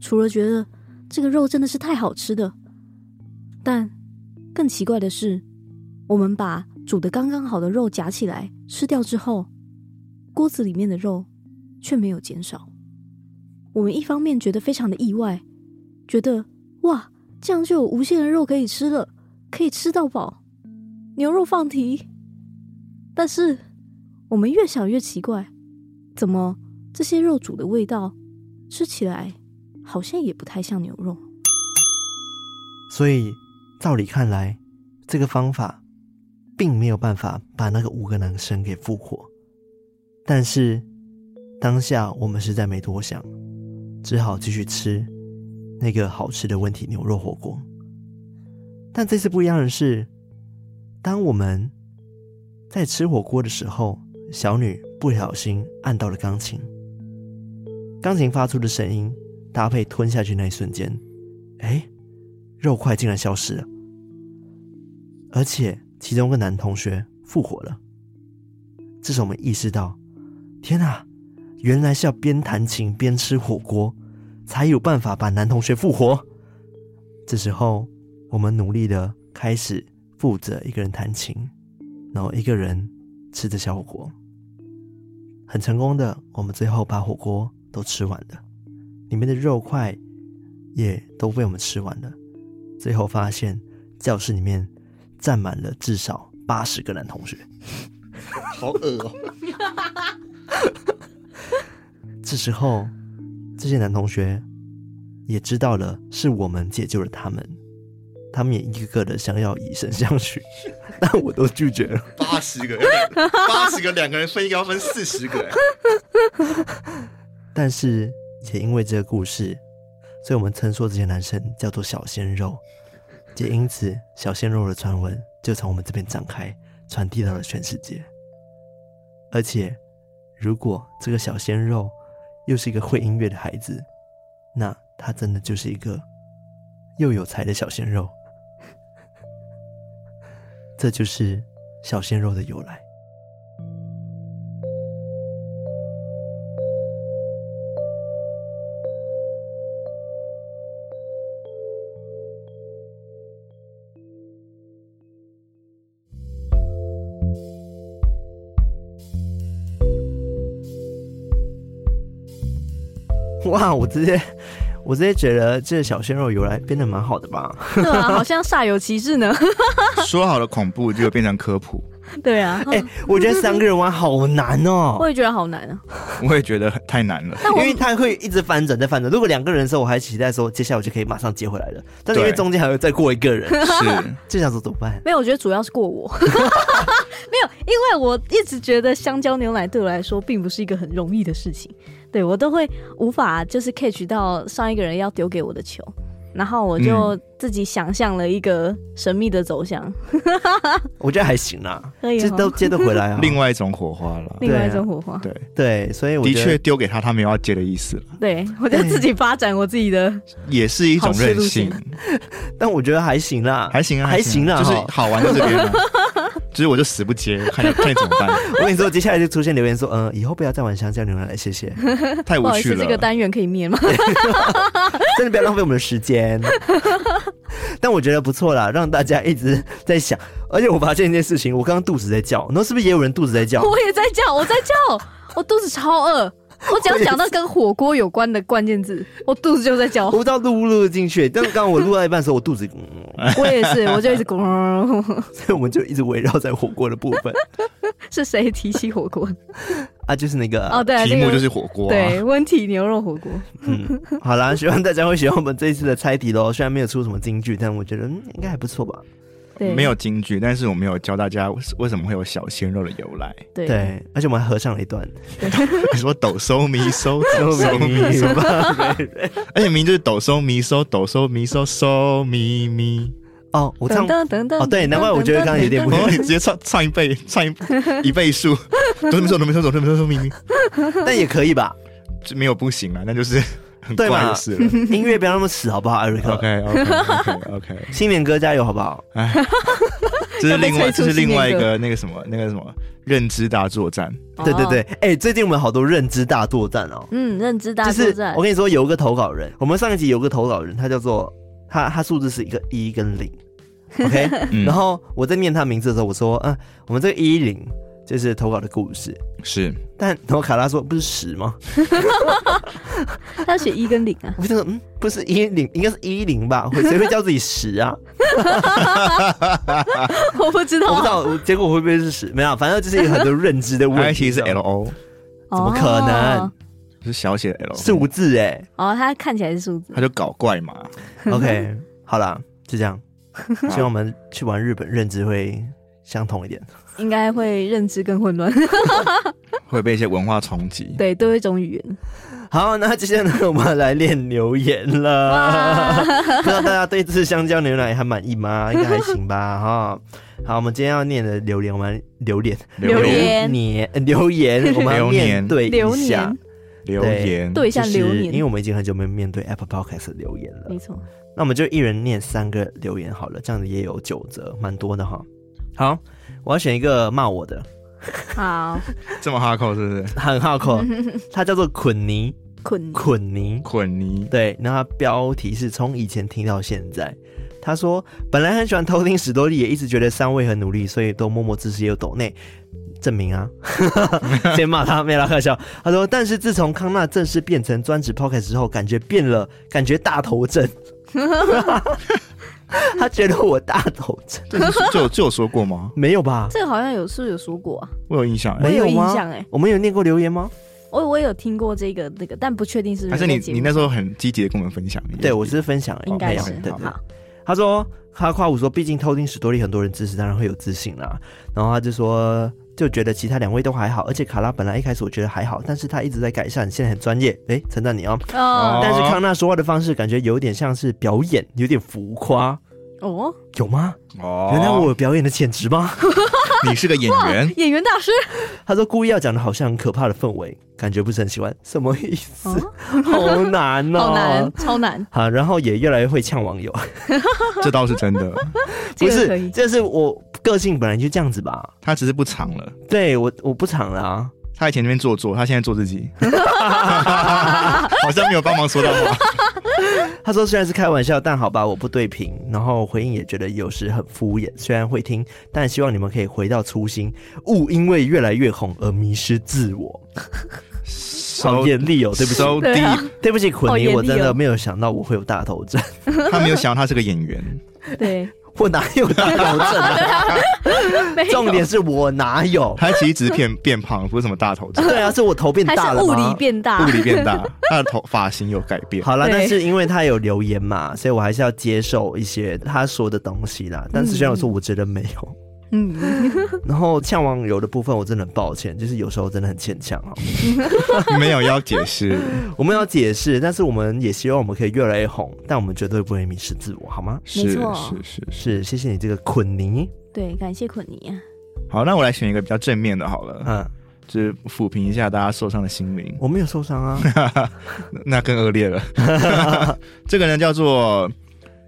Speaker 2: 除了觉得这个肉真的是太好吃的，但更奇怪的是，我们把煮的刚刚好的肉夹起来吃掉之后，锅子里面的肉却没有减少。我们一方面觉得非常的意外，觉得哇，这样就有无限的肉可以吃了，可以吃到饱，牛肉放题。但是我们越想越奇怪，怎么这些肉煮的味道吃起来好像也不太像牛肉？
Speaker 1: 所以照理看来，这个方法并没有办法把那个五个男生给复活。但是当下我们实在没多想，只好继续吃那个好吃的温体牛肉火锅。但这次不一样的是，当我们在吃火锅的时候，小女不小心按到了钢琴，钢琴发出的声音搭配吞下去那一瞬间，哎，肉块竟然消失了，而且其中一个男同学复活了。这时我们意识到，天啊，原来是要边弹琴边吃火锅，才有办法把男同学复活。这时候，我们努力的开始负责一个人弹琴，然后一个人吃着小火锅。很成功的，我们最后把火锅都吃完了，里面的肉块也都被我们吃完了。最后发现，教室里面站满了至少八十个男同学。
Speaker 3: 好恶哦！
Speaker 1: 这时候，这些男同学也知道了是我们解救了他们，他们也一个个的想要以身相许，但我都拒绝了。
Speaker 3: 八十个，八十个，两个人分一个要分四十个，
Speaker 1: 但是也因为这个故事，所以我们称说这些男生叫做小鲜肉，也因此小鲜肉的传闻就从我们这边展开，传递到了全世界。而且如果这个小鲜肉又是一个会音乐的孩子，那他真的就是一个又有才的小鲜肉。这就是小鲜肉的由来。哇！我直接，我直接觉得这小鲜肉由来编的蛮好的吧？
Speaker 2: [laughs] 对啊，好像煞有其事呢。
Speaker 3: 说好的恐怖，结果变成科普，
Speaker 2: [laughs] 对啊，
Speaker 1: 哎、我觉得三个人玩好难哦、
Speaker 2: [laughs] 我也觉得好难啊。
Speaker 3: 我也觉得很太难了。
Speaker 2: 但我
Speaker 1: 因为他会一直翻转再翻转。如果两个人的时候，我还期待说接下来我就可以马上接回来了，但是因为
Speaker 3: 对
Speaker 1: 中间还会再过一个人，
Speaker 2: [laughs]
Speaker 3: 是，
Speaker 1: 就想说怎么办？
Speaker 2: 没有，我觉得主要是过 [laughs] 我。没有，因为我一直觉得香蕉牛奶对我来说并不是一个很容易的事情，对我都会无法就是 catch 到上一个人要丢给我的球，然后我就自己想象了一个神秘的走向，
Speaker 1: 我觉得还行啦，
Speaker 2: 可以
Speaker 1: 这
Speaker 2: 哈
Speaker 1: 都接得回来啊。
Speaker 3: 另外一种火花了。
Speaker 2: 另外一种火花。
Speaker 3: 对，
Speaker 1: 对，所以我
Speaker 3: 的
Speaker 1: 觉
Speaker 3: 确
Speaker 1: 得
Speaker 3: 丢给他，他没有要接的意思了，
Speaker 2: 对我就自己发展我自己的，
Speaker 3: 也是一种任性
Speaker 2: 好，
Speaker 1: 但我觉得还行啦，
Speaker 3: 还行啊，
Speaker 1: 还行啦
Speaker 3: 啊，就是
Speaker 1: 哈
Speaker 3: 好玩在这边嘛。只是我就死不接，看你看你怎么
Speaker 2: [laughs]
Speaker 3: 办，
Speaker 1: 我跟你说，接下来就出现留言说，嗯，以后不要再玩香蕉牛奶了，谢
Speaker 2: [laughs]
Speaker 1: 谢，
Speaker 3: 太
Speaker 2: 不
Speaker 3: 无
Speaker 2: 好意
Speaker 3: 趣
Speaker 2: 思，
Speaker 3: 了。
Speaker 2: 这个单元可以灭吗？
Speaker 1: 真的不要浪费我们的时间。 [laughs] 但我觉得不错啦，让大家一直在想，而且我发现一件事情，我刚刚肚子在叫，然后是不是也有人肚子在叫？
Speaker 2: 我也在叫，我在叫， [laughs] 我肚子超饿。我只要讲到跟火锅有关的关键字，我肚子就在叫
Speaker 1: 我。不知道录不录得进去，但刚刚我录到一半的时候，我肚子，嗯 [laughs]
Speaker 2: 我也是，我就一直咕噜。
Speaker 1: 所以我们就一直围绕在火锅的部分
Speaker 2: [laughs] 是谁提起火锅？
Speaker 1: 啊，就是那个
Speaker 2: 哦，对、啊，
Speaker 3: 题
Speaker 2: 这
Speaker 3: 目
Speaker 2: 个
Speaker 3: 就是火锅、啊，
Speaker 2: 对温体牛肉火锅。
Speaker 1: 嗯，好啦，希望大家会喜欢我们这一次的猜题喽。虽然没有出什么金句，但我觉得、嗯、应该还不错吧。
Speaker 2: 对，
Speaker 3: 没有京剧，但是我没有教大家为什么会有小鲜肉的由来。
Speaker 2: 对
Speaker 1: 对，而且我们还合唱了一段，
Speaker 3: 你说抖收咪收抖收咪收，而且明明就是抖收咪收抖收咪收收咪咪。
Speaker 1: 哦，我唱
Speaker 2: 等等等等
Speaker 1: 哦对难怪我觉得刚刚有点不
Speaker 3: 然后哦你直接唱唱一倍，唱一一倍数，抖咪收抖咪收抖咪收抖咪咪，
Speaker 1: 但也可以吧。
Speaker 3: 这没有不行啊，那就是很
Speaker 1: 对
Speaker 3: 怪
Speaker 1: 嘛
Speaker 3: 就是了。
Speaker 1: 音乐不要那么死，好不好，艾瑞克？
Speaker 3: OK OK OK OK，
Speaker 1: 新年歌加油，好不好？
Speaker 3: 哎，这是另
Speaker 2: 要被
Speaker 1: [laughs]
Speaker 2: 催
Speaker 3: 外
Speaker 2: 促
Speaker 3: 这是另外一
Speaker 2: 新
Speaker 3: 个那个什么那个什么认知大作战，
Speaker 2: 哦
Speaker 1: 对对对，，哎、最近我们好多认知大作战哦。
Speaker 2: 嗯，认知大
Speaker 1: 就
Speaker 2: 作
Speaker 1: 是
Speaker 2: 战
Speaker 1: 我。跟你说，有一个投稿人，我们上一集有个投稿人，他叫做他，他数字是一个一跟
Speaker 2: [laughs]
Speaker 1: 零，OK 。
Speaker 3: 嗯
Speaker 1: 然后我在念他名字的时候，我说，嗯，我们这个一零就是投稿的故事。
Speaker 3: 是
Speaker 1: 但然后卡拉说，不是十吗？
Speaker 2: 他写一跟零啊，
Speaker 1: 我就说，嗯，不是一零，应该是一零吧？会谁会叫自己十
Speaker 2: [laughs]
Speaker 1: 啊？
Speaker 2: 我不知
Speaker 1: [laughs] 我
Speaker 2: 道，
Speaker 1: 不知道我结果会不会是十，没有，反正就是有很多认知
Speaker 3: [laughs]
Speaker 1: 的
Speaker 3: 它
Speaker 1: 问
Speaker 3: 其
Speaker 1: 题。
Speaker 3: 实是 L O，
Speaker 1: 怎么可能
Speaker 2: 哦？
Speaker 3: 是小写的 L，
Speaker 1: 数字
Speaker 2: [laughs]
Speaker 1: 哎、
Speaker 2: 哦，他看起来是数字。
Speaker 3: 他就搞怪嘛。
Speaker 1: OK，好啦，就这样。希望我们去玩日本认知会相同一点。
Speaker 2: 应该会认知更混乱， [laughs]
Speaker 3: 会被一些文化冲击。
Speaker 2: 对，多一种语言。
Speaker 1: 好，那接下来呢，我们来练留言了。
Speaker 2: 哇，
Speaker 1: [laughs] 不知道大家对这次香蕉牛奶还满意吗？应该还行吧，哈。好，我们今天要念的留言，我们 [laughs] 留言
Speaker 2: 榴莲
Speaker 1: 年留
Speaker 2: [laughs]
Speaker 1: 言，我们要
Speaker 3: 榴
Speaker 1: 面
Speaker 3: 莲
Speaker 1: 对
Speaker 2: 流
Speaker 1: 一下
Speaker 2: 年，，
Speaker 3: 留言，
Speaker 2: 对一下
Speaker 1: 就是
Speaker 2: 流
Speaker 1: 因为
Speaker 2: 年，嗯
Speaker 1: 我们已经很久没有面对 Apple Podcast 的留言了
Speaker 2: 没。错。
Speaker 1: 那我们就一人念三个留言好了，这样子也有九折，蛮多的哈。好，我要选一个骂我的，
Speaker 2: 好，
Speaker 3: 这么哈口是不是？
Speaker 1: 很好
Speaker 2: [laughs]
Speaker 1: 口，他叫做捆尼，
Speaker 2: 困
Speaker 1: 捆尼。
Speaker 3: 捆泥
Speaker 1: 对，那他标题是从以前听到现在。他说本来很喜欢偷听史多利，也一直觉得三位很努力，所以都默默支持也有抖内证明
Speaker 2: [laughs]
Speaker 1: 啊。先骂他，没啦，开玩笑。他说，但是自从康纳正式变成专职 podcast 之后，感觉变了，感觉大头
Speaker 2: [laughs]
Speaker 1: 症。他觉得我大头症
Speaker 3: 这有这有这有说过吗？
Speaker 1: 没有吧？
Speaker 2: 这个好像有是不是有说过啊，
Speaker 3: 我有印象
Speaker 2: 我
Speaker 1: 没
Speaker 3: 欸，
Speaker 2: 有
Speaker 1: 有
Speaker 2: 印
Speaker 1: 吗
Speaker 2: 象哎，
Speaker 1: 我们有念过留言吗？
Speaker 2: 我我也有听过这个那个，但不确定是不
Speaker 3: 还
Speaker 2: 是
Speaker 3: 是你
Speaker 2: 在节目
Speaker 3: 你那时候很积极的跟我们分享？
Speaker 1: 对，我是分享而已，
Speaker 2: 应该
Speaker 1: 哦没有
Speaker 2: 是
Speaker 1: 对对
Speaker 2: 好。
Speaker 1: 他说他夸我说，毕竟偷听史多利很多人支持，当然会有自信啦。然后他就说，就觉得其他两位都还好，而且卡拉本来一开始我觉得还好，但是他一直在改善，现在很专业，诶，称赞你哦。
Speaker 2: 哦
Speaker 3: 哦
Speaker 1: 但是康纳说话的方式感觉有点像是表演，有点浮夸，
Speaker 2: 哦，
Speaker 1: 有吗？
Speaker 3: 哦，
Speaker 1: 原来我有表演的潜质吗？
Speaker 3: 你是个演员
Speaker 2: 演员大师
Speaker 1: 他说故意要讲的好像很可怕的氛围，感觉不是很喜欢，什么意思？
Speaker 2: 哦
Speaker 1: 好难哦，
Speaker 2: [laughs] 好难，。超难，
Speaker 3: [laughs]
Speaker 1: 好，然后也越来越会呛网友，
Speaker 3: 这倒是真的。
Speaker 2: 这
Speaker 1: 不
Speaker 2: 个可
Speaker 1: 是，
Speaker 2: 以。
Speaker 1: 这是我个性本来就这样子吧？
Speaker 3: 他只是不藏了，
Speaker 1: 对我，我不藏了啊。
Speaker 3: 他以前那边做作，他现在做自己， [laughs] 好像没有帮忙说到话。
Speaker 1: 他说虽然是开玩笑，但好吧，我不对评。然后回应也觉得有时很敷衍，虽然会听，但希望你们可以回到初心，勿因为越来越红而迷失自我。好
Speaker 3: So
Speaker 1: 严厉哦，对不起
Speaker 3: so
Speaker 2: 对啊
Speaker 3: deep，
Speaker 1: 对不起，
Speaker 2: 好
Speaker 1: 捆尼，
Speaker 2: 严厉哦
Speaker 1: 我真的没有想到我会有大头症，
Speaker 3: 他没有想到他是个演员， [laughs]
Speaker 2: 对，
Speaker 1: 我哪有大头症啊？
Speaker 2: 没
Speaker 1: [laughs]
Speaker 2: 有
Speaker 1: 重点是我哪有？
Speaker 3: 他其实只是变变胖，不是什么大头症，
Speaker 1: 对啊，是我头变
Speaker 2: 还
Speaker 1: 大
Speaker 2: 是
Speaker 1: 了
Speaker 2: [laughs] 物
Speaker 1: 吗？
Speaker 2: 理变大，
Speaker 3: 物理变大，他的头发型有改变。
Speaker 1: 好啦，
Speaker 2: 对
Speaker 1: 但是因为他有留言嘛，所以我还是要接受一些他说的东西啦。但是虽然我说我觉得没有，
Speaker 2: 嗯， [laughs]
Speaker 1: 然后呛网友的部分我真的很抱歉，就是有时候真的很哦欠呛哈。
Speaker 3: 没有要解释，
Speaker 1: 我们要解释，但是我们也希望我们可以越来越红，但我们绝对不会迷失自我，好吗？
Speaker 3: 是
Speaker 2: 错
Speaker 3: 是是是。
Speaker 1: 是，谢谢你这个捆尼，
Speaker 2: 对，感谢捆尼啊，
Speaker 3: 好，那我来选一个比较正面的好了，
Speaker 1: 嗯，
Speaker 3: 就是抚平一下大家受伤的心灵。
Speaker 1: 我没有受伤 [laughs] 啊，
Speaker 3: 那更恶劣了。 [laughs] 这个人叫做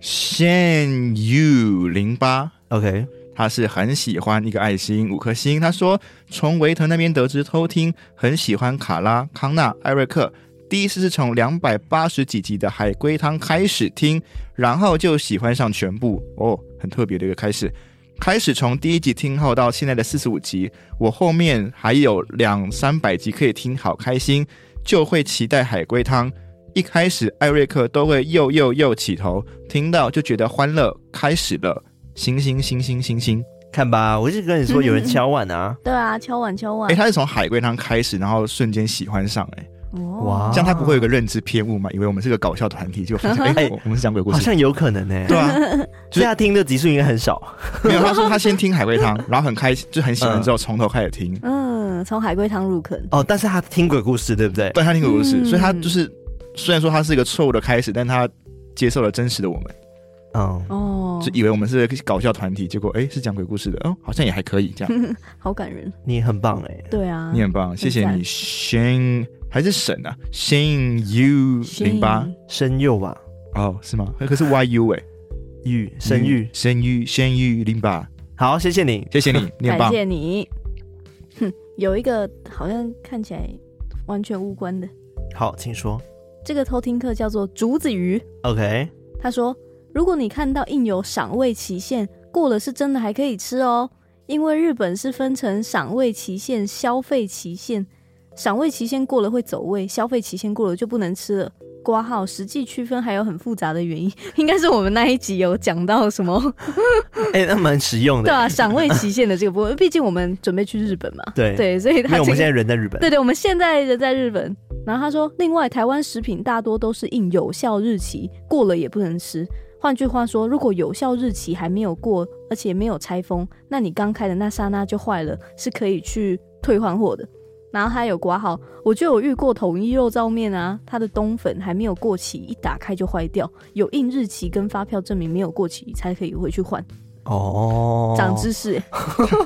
Speaker 3: Shan Yu 零八，
Speaker 1: OK，
Speaker 3: 他是很喜欢一个爱心五颗星。他说从维腾那边得知偷听，很喜欢卡拉、康纳、艾瑞克。第一次是从两百八十几集的海龟汤开始听，然后就喜欢上全部哦，很特别的一个开始。开始从第一集听后到现在的四十五集，我后面还有两三百集可以听，好开心，就会期待海龟汤。一开始艾瑞克都会又又又起头，听到就觉得欢乐开始了，星星星星星星。
Speaker 1: 看吧，我就跟你说有人敲碗啊，
Speaker 2: 对啊，敲碗敲碗
Speaker 3: 哎、，他是从海龟汤开始，然后瞬间喜欢上、哎，
Speaker 2: 哇
Speaker 1: 哇，
Speaker 3: 这样他不会有个认知偏误嘛？以为我们是个搞笑团体，就发现哎、
Speaker 1: [laughs] 哎
Speaker 3: 我我们是讲鬼故
Speaker 1: 好
Speaker 3: 事。
Speaker 1: 像有可能呢、
Speaker 3: 对啊，
Speaker 1: 所以他听的集数应该很少。
Speaker 3: 没有，他说他先听海龟汤，然后很开心，就很喜欢，之后从头开始听，
Speaker 2: 嗯，从海龟汤入坑，
Speaker 1: 哦，但是他听鬼故事，对不对？
Speaker 3: 对他听鬼故事，
Speaker 2: 嗯
Speaker 3: 所以他就是虽然说他是一个错误的开始，但他接受了真实的我们，
Speaker 1: 嗯，
Speaker 2: 哦
Speaker 3: 就，以为我们是个搞笑团体，结果哎、是讲鬼故事的，哦，好像也还可以这样。
Speaker 2: [laughs] 好感人，
Speaker 1: 你很棒哎、
Speaker 2: 对啊，
Speaker 3: 你很棒，谢谢
Speaker 2: 赞
Speaker 3: 你，Shane 还是沈啊，Shane U 零八
Speaker 1: 声啊幼吧，
Speaker 3: 哦，是吗？可是 YU 哎、
Speaker 1: 育生育。
Speaker 3: 生育生育零八，
Speaker 1: 好，谢谢你。
Speaker 3: 谢谢
Speaker 2: [laughs]
Speaker 3: 你，你
Speaker 2: 感
Speaker 3: 很棒。
Speaker 2: 谢你。哼，有一个好像看起来完全无关的，
Speaker 1: 好，请说。
Speaker 2: 这个偷听课叫做竹子鱼。
Speaker 1: OK，
Speaker 2: 他说，如果你看到印有赏味期限过了，是真的还可以吃哦，因为日本是分成赏味期限、消费期限，赏味期限过了会走味，消费期限过了就不能吃了。挂号实际区分还有很复杂的原因， [laughs] 应该是我们那一集有讲到
Speaker 1: [laughs]
Speaker 2: 什么
Speaker 1: 哎、那蛮实用
Speaker 2: 对
Speaker 1: 的。
Speaker 2: 啊，赏味期限的这个部分，毕竟我们准备去日本嘛，
Speaker 1: 对
Speaker 2: 对，所以
Speaker 1: 因为
Speaker 2: 他
Speaker 1: 我
Speaker 2: 这
Speaker 1: 们
Speaker 2: 个
Speaker 1: 现在人在日本。
Speaker 2: 对对，我们现在人在日本。然后他说，另外台湾食品大多都是印有效日期，过了也不能吃。换句话说，如果有效日期还没有过，而且没有拆封，那你刚开的那刹那就坏了，是可以去退换货的。然后还有挂号，我就有遇过统一肉燥面啊，它的冬粉还没有过期，一打开就坏掉，有印日期跟发票证明没有过期才可以回去换。
Speaker 1: 哦，
Speaker 2: 长知识、欸，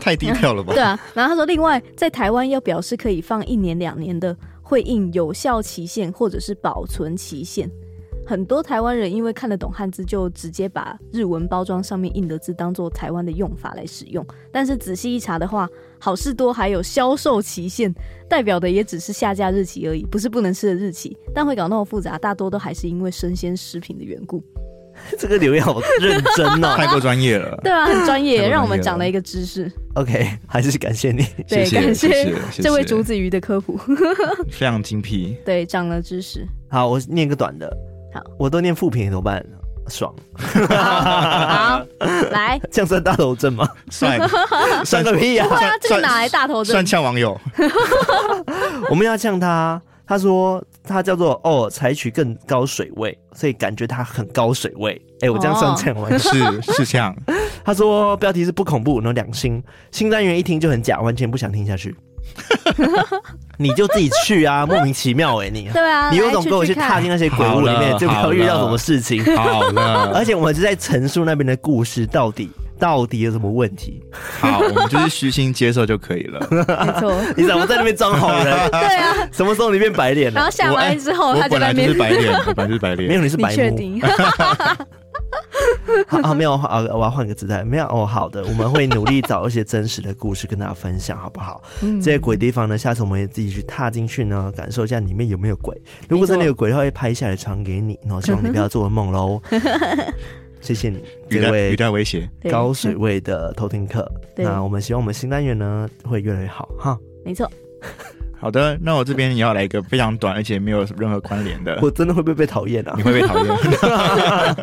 Speaker 3: 太低
Speaker 2: [laughs]
Speaker 3: 调了吧？
Speaker 2: 对啊，然后他说，另外在台湾要表示可以放一年两年的，会印有效期限或者是保存期限。很多台湾人因为看得懂汉字，就直接把日文包装上面印的字当做台湾的用法来使用。但是仔细一查的话，好事多还有销售期限，代表的也只是下架日期而已，不是不能吃的日期。但会搞那么复杂，大多都还是因为生鲜食品的缘故。
Speaker 1: 这个留言好认真哦。
Speaker 3: 太过专业了，
Speaker 2: [laughs] [laughs] 对啊，很专
Speaker 3: [laughs] 太
Speaker 2: 业，
Speaker 3: 专业
Speaker 2: 让我们
Speaker 3: 了
Speaker 2: 长了一个知识。
Speaker 1: OK，还是感谢你。
Speaker 2: 对，
Speaker 3: 谢谢
Speaker 2: 感
Speaker 3: 谢谢谢
Speaker 2: 这位
Speaker 3: 谢
Speaker 2: 竹子鱼的科普，
Speaker 3: 非常精辟。
Speaker 2: [laughs] 对，长了知识。
Speaker 1: 好，我念个短的。
Speaker 2: 好，
Speaker 1: 我都念副评怎么办？爽， [laughs]
Speaker 2: 好，好来，
Speaker 1: 这样算大头症吗？
Speaker 2: [laughs]
Speaker 3: 算
Speaker 1: 算
Speaker 3: 算
Speaker 1: 个屁呀、
Speaker 2: 对啊，这个
Speaker 3: 算
Speaker 2: 哪来大头
Speaker 3: 算
Speaker 2: 针？
Speaker 3: 呛网友，
Speaker 1: 我们要呛他，他说他叫做哦，采取更高水位，所以感觉他很高水位。哎、我这样算呛完。
Speaker 3: 哦是是呛，
Speaker 1: [laughs] 他说标题是不恐怖，然后两星新单元一听就很假，完全不想听下去。你就自己去啊，莫名其妙哎、你。
Speaker 2: 对啊，
Speaker 1: 你有
Speaker 2: 来
Speaker 1: 种跟我
Speaker 2: 去
Speaker 1: 去踏进那些鬼
Speaker 3: 好
Speaker 1: 屋里面，
Speaker 3: 了
Speaker 1: 就不要遇到什么事情。
Speaker 3: 好
Speaker 2: [laughs]
Speaker 3: 了，
Speaker 1: 而且我们就在陈述那边的故事，到底到底有什么问题？
Speaker 3: 好，我们就是虚心接受就可以了。
Speaker 2: 看没错，
Speaker 3: [laughs]
Speaker 1: 你怎么在那边装好人？
Speaker 2: 对啊。
Speaker 1: 什么时候你变白脸了、啊
Speaker 2: 然后下
Speaker 3: 我哎
Speaker 2: 完之后，他
Speaker 3: 我
Speaker 2: 就
Speaker 3: 本
Speaker 2: 在
Speaker 3: 来
Speaker 2: 那边
Speaker 3: 就是白
Speaker 2: [laughs]
Speaker 3: 脸，我本来就是白
Speaker 1: 没
Speaker 3: 脸。
Speaker 1: 有，你是
Speaker 2: 你
Speaker 1: 白
Speaker 2: 确
Speaker 1: 目
Speaker 3: [laughs]
Speaker 2: 定？
Speaker 1: 好啊，没有啊，我要换个姿态，没有哦。好的，我们会努力找一些真实的故事跟大家分享，好不好？
Speaker 2: 嗯
Speaker 1: 这些鬼地方呢，下次我们也自己去踏进去呢，感受一下里面有没有鬼。如果真的有鬼的话，会拍下来传给你，然后希望你不要做梦
Speaker 2: [laughs]
Speaker 1: 喽。谢谢你，
Speaker 3: 语
Speaker 1: 这
Speaker 3: 带语
Speaker 1: 位
Speaker 3: 带威胁，
Speaker 2: 对
Speaker 1: 高水位的偷听客。
Speaker 2: 对
Speaker 1: 那我们希望我们新单元呢会越来越好哈。
Speaker 2: 没错，
Speaker 3: 好的，那我这边也要来一个非常短，而且没有任何关联的。
Speaker 1: 我真的会不会被讨厌啊
Speaker 3: 你？会被讨厌。 [laughs]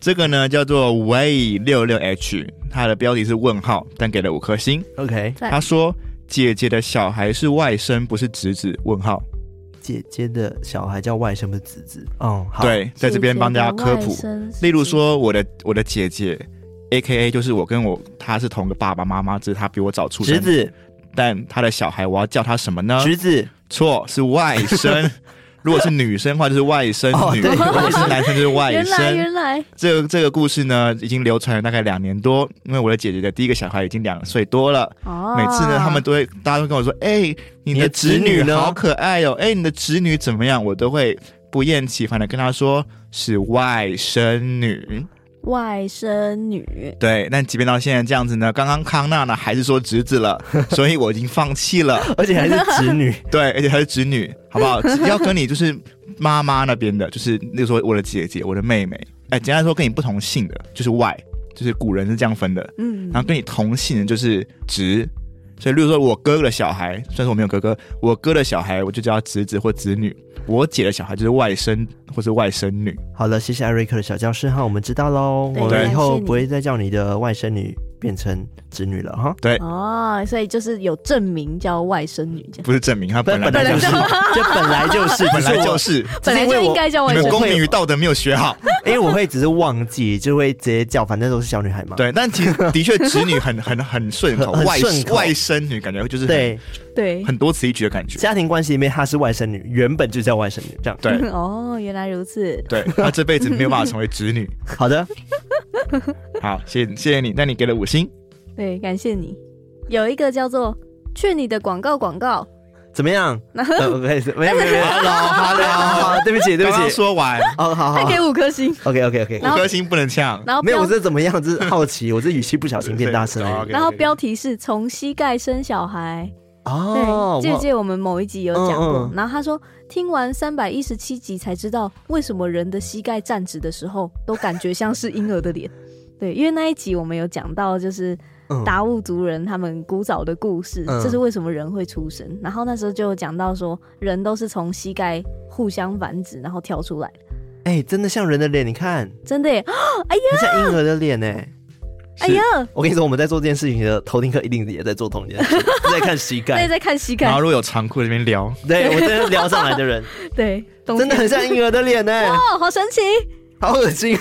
Speaker 3: 这个呢叫做 Y 六六 H，它的标题是问号，但给了五颗星。
Speaker 1: OK，
Speaker 2: 对
Speaker 3: 他说：“姐姐的小孩是外甥，不是侄子。”问号。
Speaker 1: 姐姐的小孩叫外甥的侄子。哦，好，
Speaker 3: 对，在这边帮大家科普。例如，说，我的我的姐姐，A K A 就是我跟我她是同个爸爸妈妈，只是她比我早出生。
Speaker 1: 侄，子，
Speaker 3: 但她的小孩，我要叫她什么呢？
Speaker 1: 侄子，
Speaker 3: 错，是外甥。如果是女生的话，就是外甥
Speaker 1: 哦
Speaker 3: 女；
Speaker 1: 对
Speaker 3: 如果是男生，就是外
Speaker 2: 原来
Speaker 3: 甥。
Speaker 2: 原来
Speaker 3: 这个这个故事呢，已经流传了大概两年多。因为我的姐姐的第一个小孩已经两岁多了，
Speaker 2: 哦，
Speaker 3: 每次呢，他们都会大家都跟我说：“哎、你
Speaker 1: 你
Speaker 3: 的
Speaker 1: 的
Speaker 3: 侄
Speaker 1: 侄
Speaker 3: 女
Speaker 1: 女呢
Speaker 3: 好可爱哦！哎、你的侄女怎么样？”我都会不厌其烦的跟她说是外甥女。
Speaker 2: 外甥女，
Speaker 3: 对，但即便到现在这样子呢，刚刚康纳呢还是说侄子了，所以我已经放弃了。
Speaker 1: 而且还是侄女。
Speaker 3: 对，而且还是侄女，好不好？只要跟你就是妈妈那边的，就是那个说我的姐姐、我的妹妹，哎，简单来说跟你不同姓的，就是外，就是古人是这样分的。
Speaker 2: 嗯
Speaker 3: 然后跟你同姓的就是侄，所以例如说我哥哥的小孩，虽然说我没有哥哥，我哥的小孩我就叫他侄子或侄女，我姐的小孩就是外甥或是外甥女。
Speaker 1: 好了，谢谢艾瑞克的小教室哈，我们知道喽，
Speaker 2: 对
Speaker 1: 我
Speaker 3: 感
Speaker 1: 们
Speaker 2: 谢
Speaker 1: 以后
Speaker 2: 你
Speaker 1: 不会再叫你的外甥女变成侄女了哈。
Speaker 3: 对，
Speaker 2: 哦，所以就是有证明叫外甥女这样，
Speaker 3: 不是证明，他本来
Speaker 1: 本来
Speaker 3: 就
Speaker 1: 就是是，，这本来就是，
Speaker 3: 本来就
Speaker 1: 只
Speaker 3: [laughs] 是，
Speaker 2: 本来
Speaker 1: 因为
Speaker 2: 就
Speaker 1: 我
Speaker 2: 应该叫
Speaker 3: 你
Speaker 2: 外
Speaker 3: 们
Speaker 1: 我
Speaker 2: 甥
Speaker 3: 公
Speaker 2: 女。
Speaker 1: 会
Speaker 3: 民与道德没有学好。
Speaker 1: 我，因为我会只是忘记，就会直接叫，反正都是小女孩嘛。
Speaker 3: [laughs] 对，但其实的确侄女很很很顺口，
Speaker 1: 很很
Speaker 3: 外
Speaker 1: 顺口
Speaker 3: 外甥女感觉就是很
Speaker 1: 对，
Speaker 2: 对，
Speaker 3: 很多此一举的感觉。
Speaker 1: 家庭关系里面她是外甥女，原本就叫外甥女，这样。
Speaker 3: 对
Speaker 2: [laughs] 哦，原来如此，
Speaker 3: [laughs] 对，她这辈子没有办法成为侄女。
Speaker 1: 好的，
Speaker 3: 好，谢谢谢谢你，那你给了五星，
Speaker 2: 对，感谢你。有一个叫做“去你的广告广告
Speaker 1: 怎么样？呃我开始，没有没有没有
Speaker 3: Hello，Hello [laughs]
Speaker 1: 好对不起对
Speaker 3: 刚
Speaker 1: 不
Speaker 3: 刚
Speaker 1: 起，
Speaker 3: 说完，
Speaker 1: 哦，好”，
Speaker 3: 啊
Speaker 1: 好
Speaker 2: 他给五颗星，
Speaker 1: ，OK OK OK，
Speaker 2: 然
Speaker 3: 五
Speaker 2: 后
Speaker 3: 颗星不能呛。
Speaker 2: 然后
Speaker 1: 没有，
Speaker 2: 标
Speaker 1: 我这怎么样？这是好奇，我这语气不小心变大声
Speaker 3: 对
Speaker 1: 了
Speaker 3: 对。对
Speaker 2: 然后标题是“从膝盖生小孩”，
Speaker 1: 哦
Speaker 2: 对，，这
Speaker 1: 我
Speaker 2: 届我们某一集有讲过
Speaker 1: 嗯。
Speaker 2: 然后他说，听完三百一十七集才知道为什么人的膝盖站直的时候都感觉像是婴儿的脸。对，因为那一集我们有讲到，就是
Speaker 1: 嗯
Speaker 2: 达悟族人他们古早的故事，
Speaker 1: 嗯
Speaker 2: 这是为什么人会出生。然后那时候就有讲到说，人都是从膝盖互相繁殖，然后跳出来的。
Speaker 1: 哎，真的像人的脸，你看，
Speaker 2: 真的耶， [gasps]
Speaker 1: 很像婴儿的脸哎。
Speaker 2: 哎呀，
Speaker 1: 我跟你说，我们在做这件事情的头听课一定也在做
Speaker 2: [laughs]
Speaker 1: 同一件事，是在看膝
Speaker 2: 那
Speaker 1: 盖。
Speaker 2: 在看膝
Speaker 3: 然后
Speaker 2: 盖，
Speaker 3: 如果有长裤这边撩，
Speaker 1: 对我真的撩上来的人，
Speaker 2: 对， [laughs] 冬
Speaker 1: 真的
Speaker 2: 天
Speaker 1: 很像婴儿的脸呢、
Speaker 2: [laughs] 哦，好神奇。
Speaker 1: 好恶心。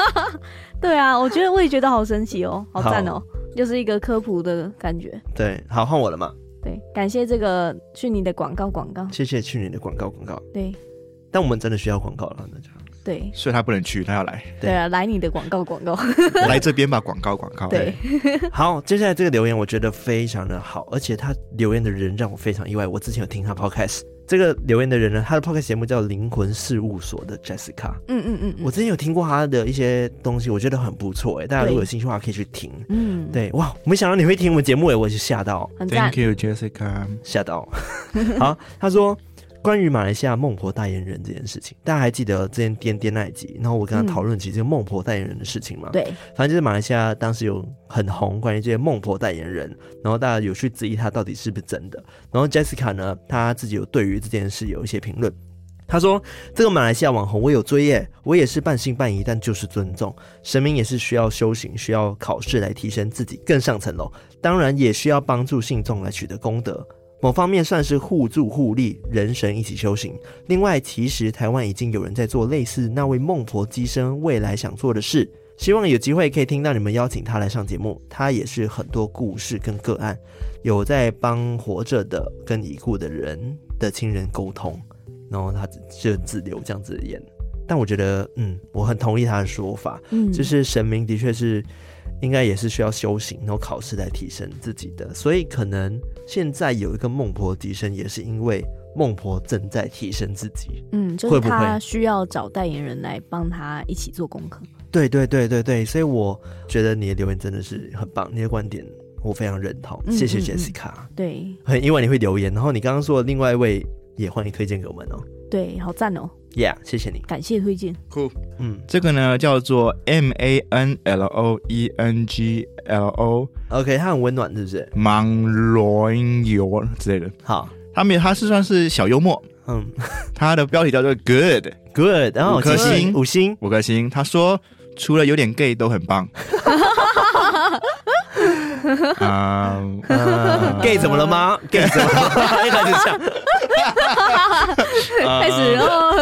Speaker 1: [laughs]
Speaker 2: 对啊，我觉得我也觉得好神
Speaker 1: [laughs]
Speaker 2: 奇哦，好
Speaker 1: 好
Speaker 2: 赞哦，又是一个科普的感觉。
Speaker 1: 对，好换我了嘛，
Speaker 2: 对，感谢这个去你的广告广告。
Speaker 1: 谢谢去年的广告广告，
Speaker 2: 对
Speaker 1: 但我们真的需要广告了，那
Speaker 2: [laughs]
Speaker 1: 就好
Speaker 2: 对
Speaker 3: 所以他不能去，他要来，
Speaker 1: 对
Speaker 2: 对啊，来你的广告广
Speaker 1: [laughs]
Speaker 2: 告。
Speaker 3: 来这边吧，广告广告。
Speaker 2: 对，
Speaker 1: 好，接下来这个留言我觉得非常的好，而且他留言的人让我非常意外。我之前有听他 podcast，这个留言的人呢，他的 podcast 节目叫《灵魂事务所》的 Jessica，
Speaker 2: 嗯嗯嗯嗯
Speaker 1: 我之前有听过他的一些东西，我觉得很不错哎，大家如果有兴趣的话可以去听。
Speaker 2: 嗯，，
Speaker 1: 对，哇，没想到你会听我们节目哎，我是吓到。
Speaker 2: 很赞
Speaker 3: Thank。you Jessica。
Speaker 1: 吓到。 [laughs] 好，他说关于马来西亚孟婆代言人这件事情，大家还记得之前颠颠那一集，然后我跟他讨论起这个孟婆代言人的事情嘛？，
Speaker 2: 对，
Speaker 1: 反正就是马来西亚当时有很红关于这些孟婆代言人，然后大家有去质疑他到底是不是真的。然后 Jessica 呢，她自己有对于这件事有一些评论。她说：“这个马来西亚网红，我有追耶，我也是半信半疑，但就是尊重神明，也是需要修行，需要考试来提升自己更上层楼，当然也需要帮助信众来取得功德。某方面算是互助互利，人神一起修行。另外，其实台湾已经有人在做类似那位孟婆机身未来想做的事，希望有机会可以听到你们邀请他来上节目，他也是很多故事跟个案，有在帮活着的跟已故的人的亲人沟通，然后他就只留这样子的言。但我觉得，嗯，我很同意他的说法，
Speaker 2: 嗯，
Speaker 1: 就是神明的确是应该也是需要修行，然后考试来提升自己的，所以可能现在有一个孟婆提升，也是因为孟婆正在提升自己。
Speaker 2: 嗯，就
Speaker 1: 会
Speaker 2: 是
Speaker 1: 不会
Speaker 2: 他需要找代言人来帮他一起做功课。
Speaker 1: 对对对对对，所以我觉得你的留言真的是很棒，你的观点我非常认同，
Speaker 2: 嗯
Speaker 1: 谢谢
Speaker 2: 嗯嗯
Speaker 1: Jessica。
Speaker 2: 对
Speaker 1: 很意外你会留言，然后你刚刚说的另外一位也欢迎推荐给我们哦。
Speaker 2: 对，好赞哦，
Speaker 1: Yeah，谢谢你。
Speaker 2: 感谢推荐。
Speaker 3: 酷，
Speaker 1: 嗯
Speaker 3: 这个呢叫做 M A N L O E N G L O
Speaker 1: ，OK，他很温暖，是不是？
Speaker 3: 芒罗油之类的。
Speaker 1: 好，
Speaker 3: 他们他是算是小幽默，
Speaker 1: 嗯
Speaker 3: 他的标题叫做 Good
Speaker 1: ，Good，然后
Speaker 3: 五颗星
Speaker 1: 五星，
Speaker 3: 五颗星。他说除了有点 gay 都很棒。啊、
Speaker 1: 嗯 gay 怎么了吗？gay
Speaker 3: [laughs]
Speaker 1: 怎么了？一开始讲，啊
Speaker 2: [laughs] 开始哦，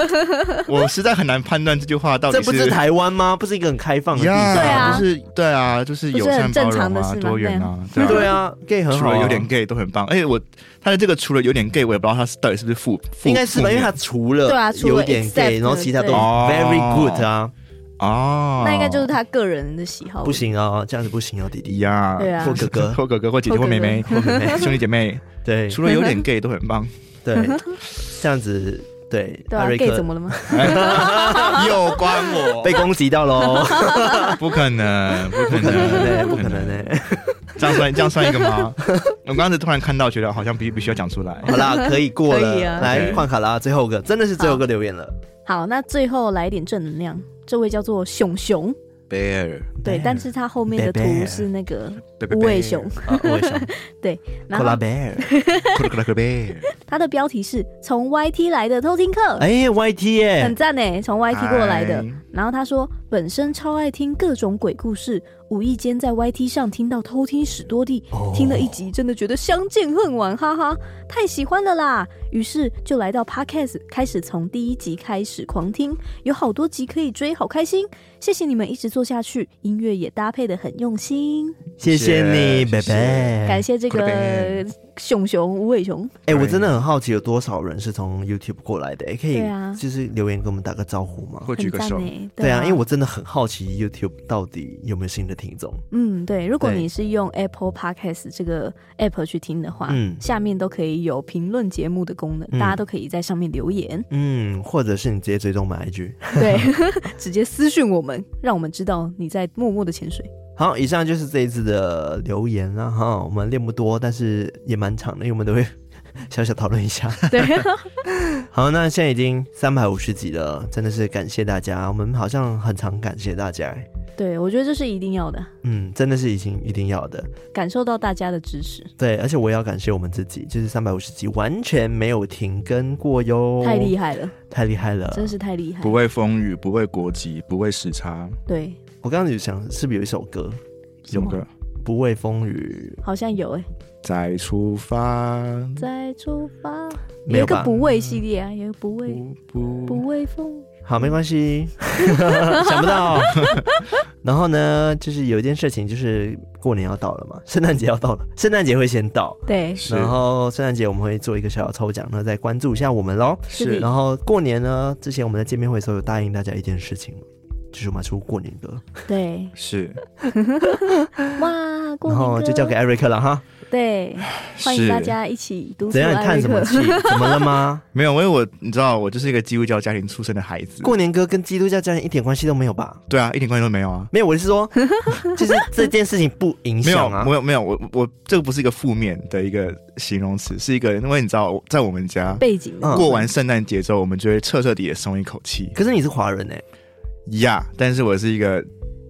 Speaker 3: 我实在很难判断这句话到底
Speaker 1: 这不是台湾吗？不是一个很开放的地
Speaker 3: 呀
Speaker 1: 方？
Speaker 2: 对啊
Speaker 3: 就是对啊，就是友
Speaker 2: 不是
Speaker 3: 善包
Speaker 2: 很正常
Speaker 3: 容
Speaker 2: 的
Speaker 3: 啊，
Speaker 2: 事吗
Speaker 3: 多元啊， [laughs] 对啊。
Speaker 1: 对啊，gay 很
Speaker 3: 除
Speaker 1: 好啊，
Speaker 3: 了有点 gay 都很棒，而且我他的这个除了有点 gay，我也不知道他是到底是不是负，负
Speaker 1: 应该是吧？因为他除了
Speaker 2: 对啊除了
Speaker 1: 有点 gay，
Speaker 2: except，
Speaker 1: 然后其他都
Speaker 2: 对
Speaker 1: very good 啊，
Speaker 3: 哦，
Speaker 2: 那应该就是他个人的喜好。
Speaker 1: 不，行啊，这样子不行啊，弟弟
Speaker 3: 呀，
Speaker 2: 对啊
Speaker 1: 或哥哥，
Speaker 3: 或哥哥或姐姐
Speaker 2: 或
Speaker 3: 或
Speaker 2: 哥哥
Speaker 3: 妹妹
Speaker 1: 或妹妹
Speaker 3: [laughs] 兄弟姐妹，
Speaker 1: 对
Speaker 3: 除了有点 gay 都很棒，
Speaker 1: 对，这样子对，
Speaker 2: [laughs] 对啊
Speaker 1: 艾瑞
Speaker 2: ，gay 怎
Speaker 1: 克
Speaker 2: 么了吗？
Speaker 1: [laughs]
Speaker 3: 又关我，
Speaker 1: 被攻击到喽，
Speaker 3: 不可能，不可
Speaker 1: 不可 [laughs] 能
Speaker 3: 能，
Speaker 1: 呢，不可能，欸呢。
Speaker 3: 这样算这样算一个吗？我刚刚才突然看到，觉得好像必必须要讲出来
Speaker 1: 好啦，可以过了
Speaker 2: 可以，啊
Speaker 1: 来
Speaker 3: OK
Speaker 1: 换卡啦，最后一个真的是最后一个留言了，
Speaker 2: 好，那最后来一点正能量。这位叫做熊熊，
Speaker 3: ，bear，
Speaker 2: 对，
Speaker 1: Bear
Speaker 2: 但是他后面的图
Speaker 1: Bear
Speaker 2: 是那个
Speaker 3: 贝贝
Speaker 2: 无尾熊，
Speaker 1: 啊，我也想
Speaker 2: 然
Speaker 1: Koala
Speaker 2: 后
Speaker 1: Bear，
Speaker 3: 克克克 bear，
Speaker 2: 他的标题是从 YT 来的偷听课，
Speaker 1: [laughs] 哎，YT
Speaker 2: 很
Speaker 1: 耶，
Speaker 2: 赞呢，从 YT 过来的
Speaker 3: 嗨。
Speaker 2: 然后他说，本身超爱听各种鬼故事，无意间在 YT 上听到偷听史多利，
Speaker 1: 哦
Speaker 2: 听了一集，真的觉得相见恨晚，哈哈，太喜欢了啦！于是就来到 Podcast，开始从第一集开始狂听，有好多集可以追，好开心！谢谢你们一直做下去，音乐也搭配的很用心，
Speaker 1: 谢谢你，贝
Speaker 3: 谢谢
Speaker 1: 贝，
Speaker 2: 感谢这
Speaker 3: 酷
Speaker 2: 个
Speaker 3: 的
Speaker 2: 熊熊无尾熊，
Speaker 1: 哎、我真的很好奇有多少人是从 YouTube 过来的、哎可以
Speaker 2: 对啊
Speaker 1: 就是留言给我们打个招呼吗？
Speaker 3: 或举
Speaker 2: 很
Speaker 3: 个
Speaker 2: 赞
Speaker 3: 手，
Speaker 2: 呢。
Speaker 1: 对啊，因为我真的很好奇 YouTube 到底有没有新的听众。
Speaker 2: 嗯，对，如果
Speaker 1: 对
Speaker 2: 你是用 Apple Podcast 这个 app 去听的话，
Speaker 1: 嗯
Speaker 2: 下面都可以有评论节目的功能，
Speaker 1: 嗯
Speaker 2: 大家都可以在上面留
Speaker 1: [laughs]
Speaker 2: 言，
Speaker 1: 嗯，或者是你直接追踪我们 IG。
Speaker 2: 对， [laughs] 直接私讯我们，让我们知道你在默默的
Speaker 1: [laughs]
Speaker 2: 潜水。
Speaker 1: 好，以上就是这一次的留言了哈。我们练不多，但是也蛮长的，因为我们都会 [laughs] 小小讨论一下。
Speaker 2: 对，
Speaker 1: 好，那现在已经三百五十集了，真的是感谢大家。我们好像很常感谢大家、哎
Speaker 2: 对，我觉得这是一定要的，
Speaker 1: 嗯，真的是已经一定要的。
Speaker 2: 感受到大家的支持，
Speaker 1: 对，而且我也要感谢我们自己，就是三百五十集完全没有停更过哟，
Speaker 2: 太厉害了，
Speaker 1: 太厉害了！
Speaker 2: 真是太厉害
Speaker 3: 不。畏风雨，不畏国籍，不畏时差，
Speaker 2: 对，
Speaker 1: 我刚刚有想，是不是有一首歌
Speaker 3: 有
Speaker 2: 么
Speaker 3: 个
Speaker 1: 《不畏风雨
Speaker 2: 好像有哎，
Speaker 3: 再出发，
Speaker 2: 再出发，
Speaker 1: 没
Speaker 2: 有
Speaker 1: 有
Speaker 2: 一个
Speaker 1: 吧嗯
Speaker 2: 不畏系列啊，有一个不畏
Speaker 3: 不不
Speaker 2: 不畏风雨》。
Speaker 1: 好，没关系， [laughs] 想不到。 [laughs] 然后呢，就是有一件事情，就是过年要到了嘛，圣诞节要到了，圣诞节会先到。
Speaker 2: 对，
Speaker 3: 是
Speaker 1: 然后圣诞节我们会做一个小小抽奖，那再关注一下我们喽。
Speaker 2: 是
Speaker 1: 然后过年呢，之前我们在见面会的时候有答应大家一件事情，就是我们要出过年歌，
Speaker 2: 对，
Speaker 3: 是
Speaker 2: 哇，过
Speaker 1: 然后
Speaker 2: 年
Speaker 1: 就交给
Speaker 2: 歌，
Speaker 1: 艾瑞克了哈。
Speaker 2: 对，欢迎
Speaker 3: 是
Speaker 2: 大家一起读书
Speaker 1: 怎样？你
Speaker 2: 艾
Speaker 1: 叹
Speaker 2: 瑞
Speaker 1: 什么
Speaker 2: 克。
Speaker 1: 气？怎么了吗？
Speaker 3: 没有，因为我你知道，我就是一个基督教家庭出身的孩子，
Speaker 1: 过年歌跟基督教家人一点关系都没有吧？
Speaker 3: 对啊，一点关系都没有啊。
Speaker 1: 没有，我是说， [laughs] 就是这件事情不影
Speaker 3: 没有
Speaker 1: 响，啊
Speaker 3: 没。有，没有，我我这个不是一个负面的一个形容词，是一个，因为你知道，在我们家
Speaker 2: 背景的
Speaker 1: 嗯
Speaker 3: 过完圣诞节之后，我们就会彻彻底底地松一口气
Speaker 1: 可是你是华人哎、
Speaker 3: 呀。但是我是一个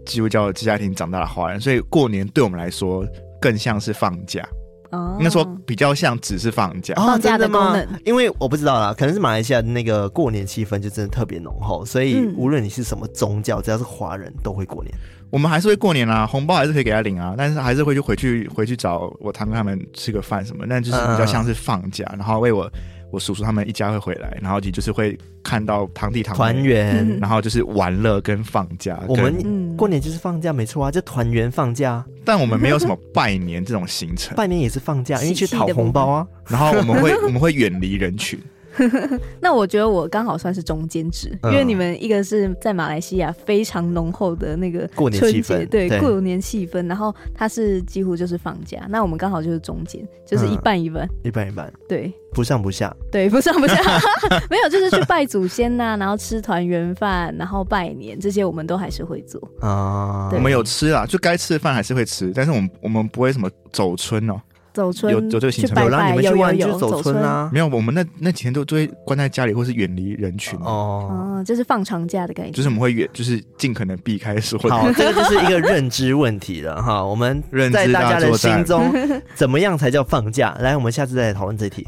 Speaker 3: 基督教家庭长大的华人，所以过年对我们来说更像是放假，
Speaker 2: 哦
Speaker 3: 应该说比较像只是放假。
Speaker 1: 哦
Speaker 2: 放假的
Speaker 1: 真吗
Speaker 2: 功能
Speaker 1: 因为我不知道啦，可能是马来西亚的那个过年气氛就真的特别浓厚，所以
Speaker 2: 嗯
Speaker 1: 无论你是什么宗教，只要是华人都会过年。
Speaker 3: 我们还是会过年啊，红包还是可以给他领啊，但是还是会去
Speaker 1: 嗯
Speaker 3: 回去回去找我堂哥他们吃个饭什么，但就是比较像是放假，然后为我我叔叔他们一家会回来，然后你就是会看到堂弟堂妹
Speaker 1: 团，圆
Speaker 2: 嗯。
Speaker 3: 然后就是玩乐跟放假。
Speaker 1: 我
Speaker 3: 跟
Speaker 1: 们
Speaker 2: 嗯，
Speaker 1: 过年就是放假，没错啊，就团圆放假，
Speaker 3: 但我们没有什么拜年这种行
Speaker 1: [laughs]
Speaker 3: 程，
Speaker 1: 拜年也是放假，因为去
Speaker 2: 喜气的
Speaker 1: 讨红包啊。 [laughs]
Speaker 3: 然后我们会我们会远离人群，
Speaker 2: 那我觉得我刚好算是中间值，因为
Speaker 1: 嗯
Speaker 2: 你们一个是在马来西亚非常浓厚的那个
Speaker 1: 过年
Speaker 2: 春
Speaker 1: 气
Speaker 2: 节
Speaker 1: 氛
Speaker 2: 对
Speaker 1: 对
Speaker 2: 过年气氛，然后它是几乎就是放假，那我们刚好就是中间，就是一
Speaker 1: 嗯
Speaker 2: 半一半，
Speaker 1: 一般一般，
Speaker 2: 对
Speaker 1: 不上不下。
Speaker 2: 对，不上不
Speaker 1: [laughs]
Speaker 2: 下，没有就是去拜祖先呐、然后吃团圆饭，然后拜年这些我们都还是会做，
Speaker 1: 啊，
Speaker 2: 对
Speaker 3: 我们有吃啦，就该吃的饭还是会吃，但是我们我们不会什么走春
Speaker 1: 啊
Speaker 3: 哦，
Speaker 2: 走春
Speaker 3: 有有这个行程
Speaker 2: 去
Speaker 3: 吗
Speaker 2: 拜
Speaker 1: 有让
Speaker 2: 拜
Speaker 1: 你们去
Speaker 2: 有有
Speaker 1: 玩就
Speaker 2: 有
Speaker 1: 是走
Speaker 2: 春
Speaker 1: 村。啊啦。
Speaker 3: 没有，我们那那几天都都会关在家里，或是远离人群，
Speaker 1: 哦，
Speaker 2: 哦，就是放长假的概念，
Speaker 3: 就是我们会远，就是尽可能避开所有
Speaker 1: 好，
Speaker 3: 的
Speaker 1: 这个就是一个认知问题了哈。我们
Speaker 3: 认
Speaker 1: 在
Speaker 3: 知
Speaker 1: 大家的
Speaker 3: 作
Speaker 1: 心
Speaker 3: 战。
Speaker 1: 中，
Speaker 3: [laughs]
Speaker 1: 怎么样才叫放假？来，我们下次再来讨论这题。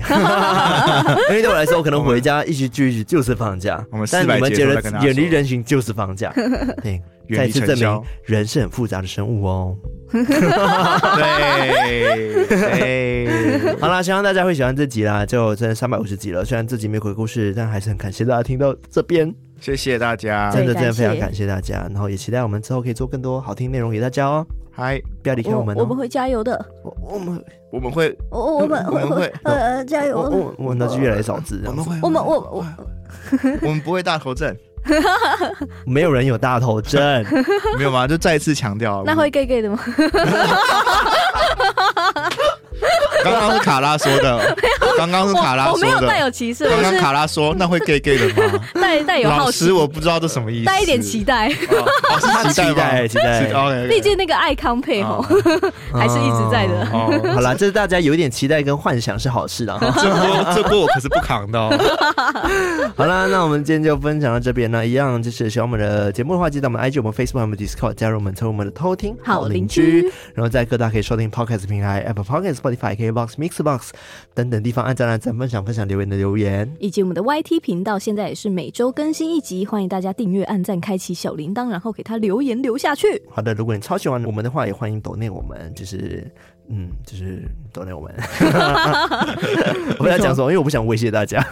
Speaker 1: 因为对我来说，我可能回家一起聚一聚就是放假。
Speaker 3: 我们
Speaker 1: 但
Speaker 3: 400
Speaker 1: 你们
Speaker 3: 节
Speaker 1: 觉
Speaker 3: 都
Speaker 1: 得
Speaker 3: 在跟大家
Speaker 1: 远离
Speaker 3: 说
Speaker 1: 人群就是放
Speaker 3: [laughs]
Speaker 1: 假，对，
Speaker 3: 远
Speaker 1: 再
Speaker 3: 离
Speaker 1: 次
Speaker 3: 尘
Speaker 1: 证明
Speaker 3: 嚣
Speaker 1: 人是很复杂的生物哦。
Speaker 3: 对对，
Speaker 1: 好啦，希望大家会喜欢这集啦，就真的三百五十集了。虽然这集没有鬼故事，但还是很感谢大家听到这边，
Speaker 3: 谢谢大家，
Speaker 1: 真的真
Speaker 2: 感
Speaker 1: 的非常
Speaker 2: 谢
Speaker 1: 感谢大家。然后也期待我们之后可以做更多好听内容给大家哦，
Speaker 3: 嗨，
Speaker 1: 不要离开我们哦。
Speaker 2: 我们会加油的，
Speaker 1: 我我们
Speaker 3: 我们会
Speaker 2: 我我们
Speaker 3: 我
Speaker 2: 会
Speaker 3: 们
Speaker 2: 会
Speaker 3: 会
Speaker 2: 呃加油，
Speaker 1: 我我我们那就越来越少字这样
Speaker 3: 我们
Speaker 1: 子，
Speaker 3: 会
Speaker 2: 我们我我 [laughs]
Speaker 3: 我们不会大头症，
Speaker 1: 没有人有大头症。
Speaker 3: 没有吗？就再一次强调，
Speaker 2: 那会 gay gay 的吗？
Speaker 3: 刚刚是卡拉说
Speaker 2: [laughs]
Speaker 3: 的，刚刚是卡拉
Speaker 2: 我我没
Speaker 3: 说
Speaker 2: 有带
Speaker 3: 的。
Speaker 2: 有歧视，我
Speaker 3: 刚刚
Speaker 2: 是
Speaker 3: 卡拉说：“那会 gay gay 的吗
Speaker 2: 带带？” [laughs] 有好
Speaker 3: 老
Speaker 2: 奇
Speaker 3: 师，，我不知道这什么意思。
Speaker 2: 带一点期待。
Speaker 3: 哦，哦是期
Speaker 1: 期待
Speaker 3: 待吗？
Speaker 1: 期待
Speaker 3: 是 OK，
Speaker 2: 毕竟那个爱康配
Speaker 3: 啊
Speaker 2: 吼，还是一直在的。
Speaker 3: 哦，
Speaker 2: [laughs]
Speaker 1: 好啦，这是大家有一点期待跟幻想是好事啦。哈
Speaker 3: 这波这波我可是不扛的哦。
Speaker 1: 好啦，那我们今天就分享到这边呢。一样就是喜欢我们的节目的话，记得我们 IG、我们 Facebook、我们 Discord 加入我们成为我们的偷听
Speaker 2: 好邻
Speaker 1: 居
Speaker 2: 居，
Speaker 1: 然后在各大可以收听 Podcast 平台 Apple Podcast、Spotify、KBox、Mixbox 等等地方按赞、按赞、分享、分享、留言的留言。
Speaker 2: 以及我们的 YT 频道现在也是每周更新一集，欢迎大家订阅、按赞、开启小铃铛，然后给他留言留下去。
Speaker 1: 好的，如果你超喜欢我们的话，也欢迎抖内我们，就是嗯，就是抖内我
Speaker 2: [laughs]
Speaker 1: 们。 [laughs] 我不要讲什么，因为我不想威胁大家，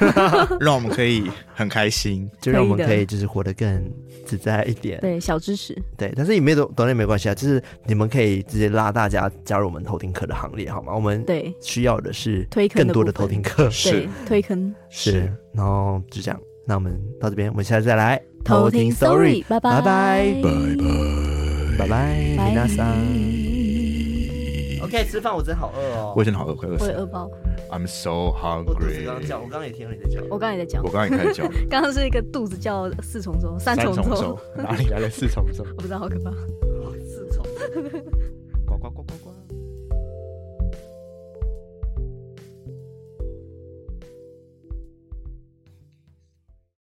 Speaker 3: 让我们可以很开心。
Speaker 1: 就让我们
Speaker 2: 可以的
Speaker 1: 可以就是活得更自在一点。
Speaker 2: 对，小支持，
Speaker 1: 对，但是也没有抖内没关系啊，就是你们可以直接拉大家加入我们偷听课的行列，好吗？我们
Speaker 2: 对
Speaker 1: 需要的是
Speaker 2: 推坑的
Speaker 1: 更多的
Speaker 2: 部分
Speaker 1: 偷听课，
Speaker 2: 对，推坑
Speaker 1: 是，然后就这样。那我们到这边，我们下次再来
Speaker 2: 偷听 sorry，拜
Speaker 1: 拜
Speaker 2: 拜
Speaker 1: 拜
Speaker 3: 拜
Speaker 1: 拜拜，米娜桑。
Speaker 2: 拜
Speaker 1: OK，吃饭我真好饿哦，
Speaker 3: 我真的好饿，快饿
Speaker 2: 我
Speaker 3: 死
Speaker 2: 有
Speaker 3: 了。
Speaker 2: 二包，
Speaker 3: I'm so
Speaker 1: 我肚子
Speaker 3: hungry
Speaker 1: 刚。刚叫，我刚刚也听到你在叫。
Speaker 2: 我刚才也在讲
Speaker 3: 我，刚刚也开始叫了
Speaker 2: 刚刚是一个肚子叫四重奏、 [laughs] 三重
Speaker 3: 重
Speaker 2: [laughs] 奏，
Speaker 3: 奏，哪里来的四重奏？
Speaker 2: 我不知道，好可怕。
Speaker 1: 四重
Speaker 3: 呱呱呱呱呱。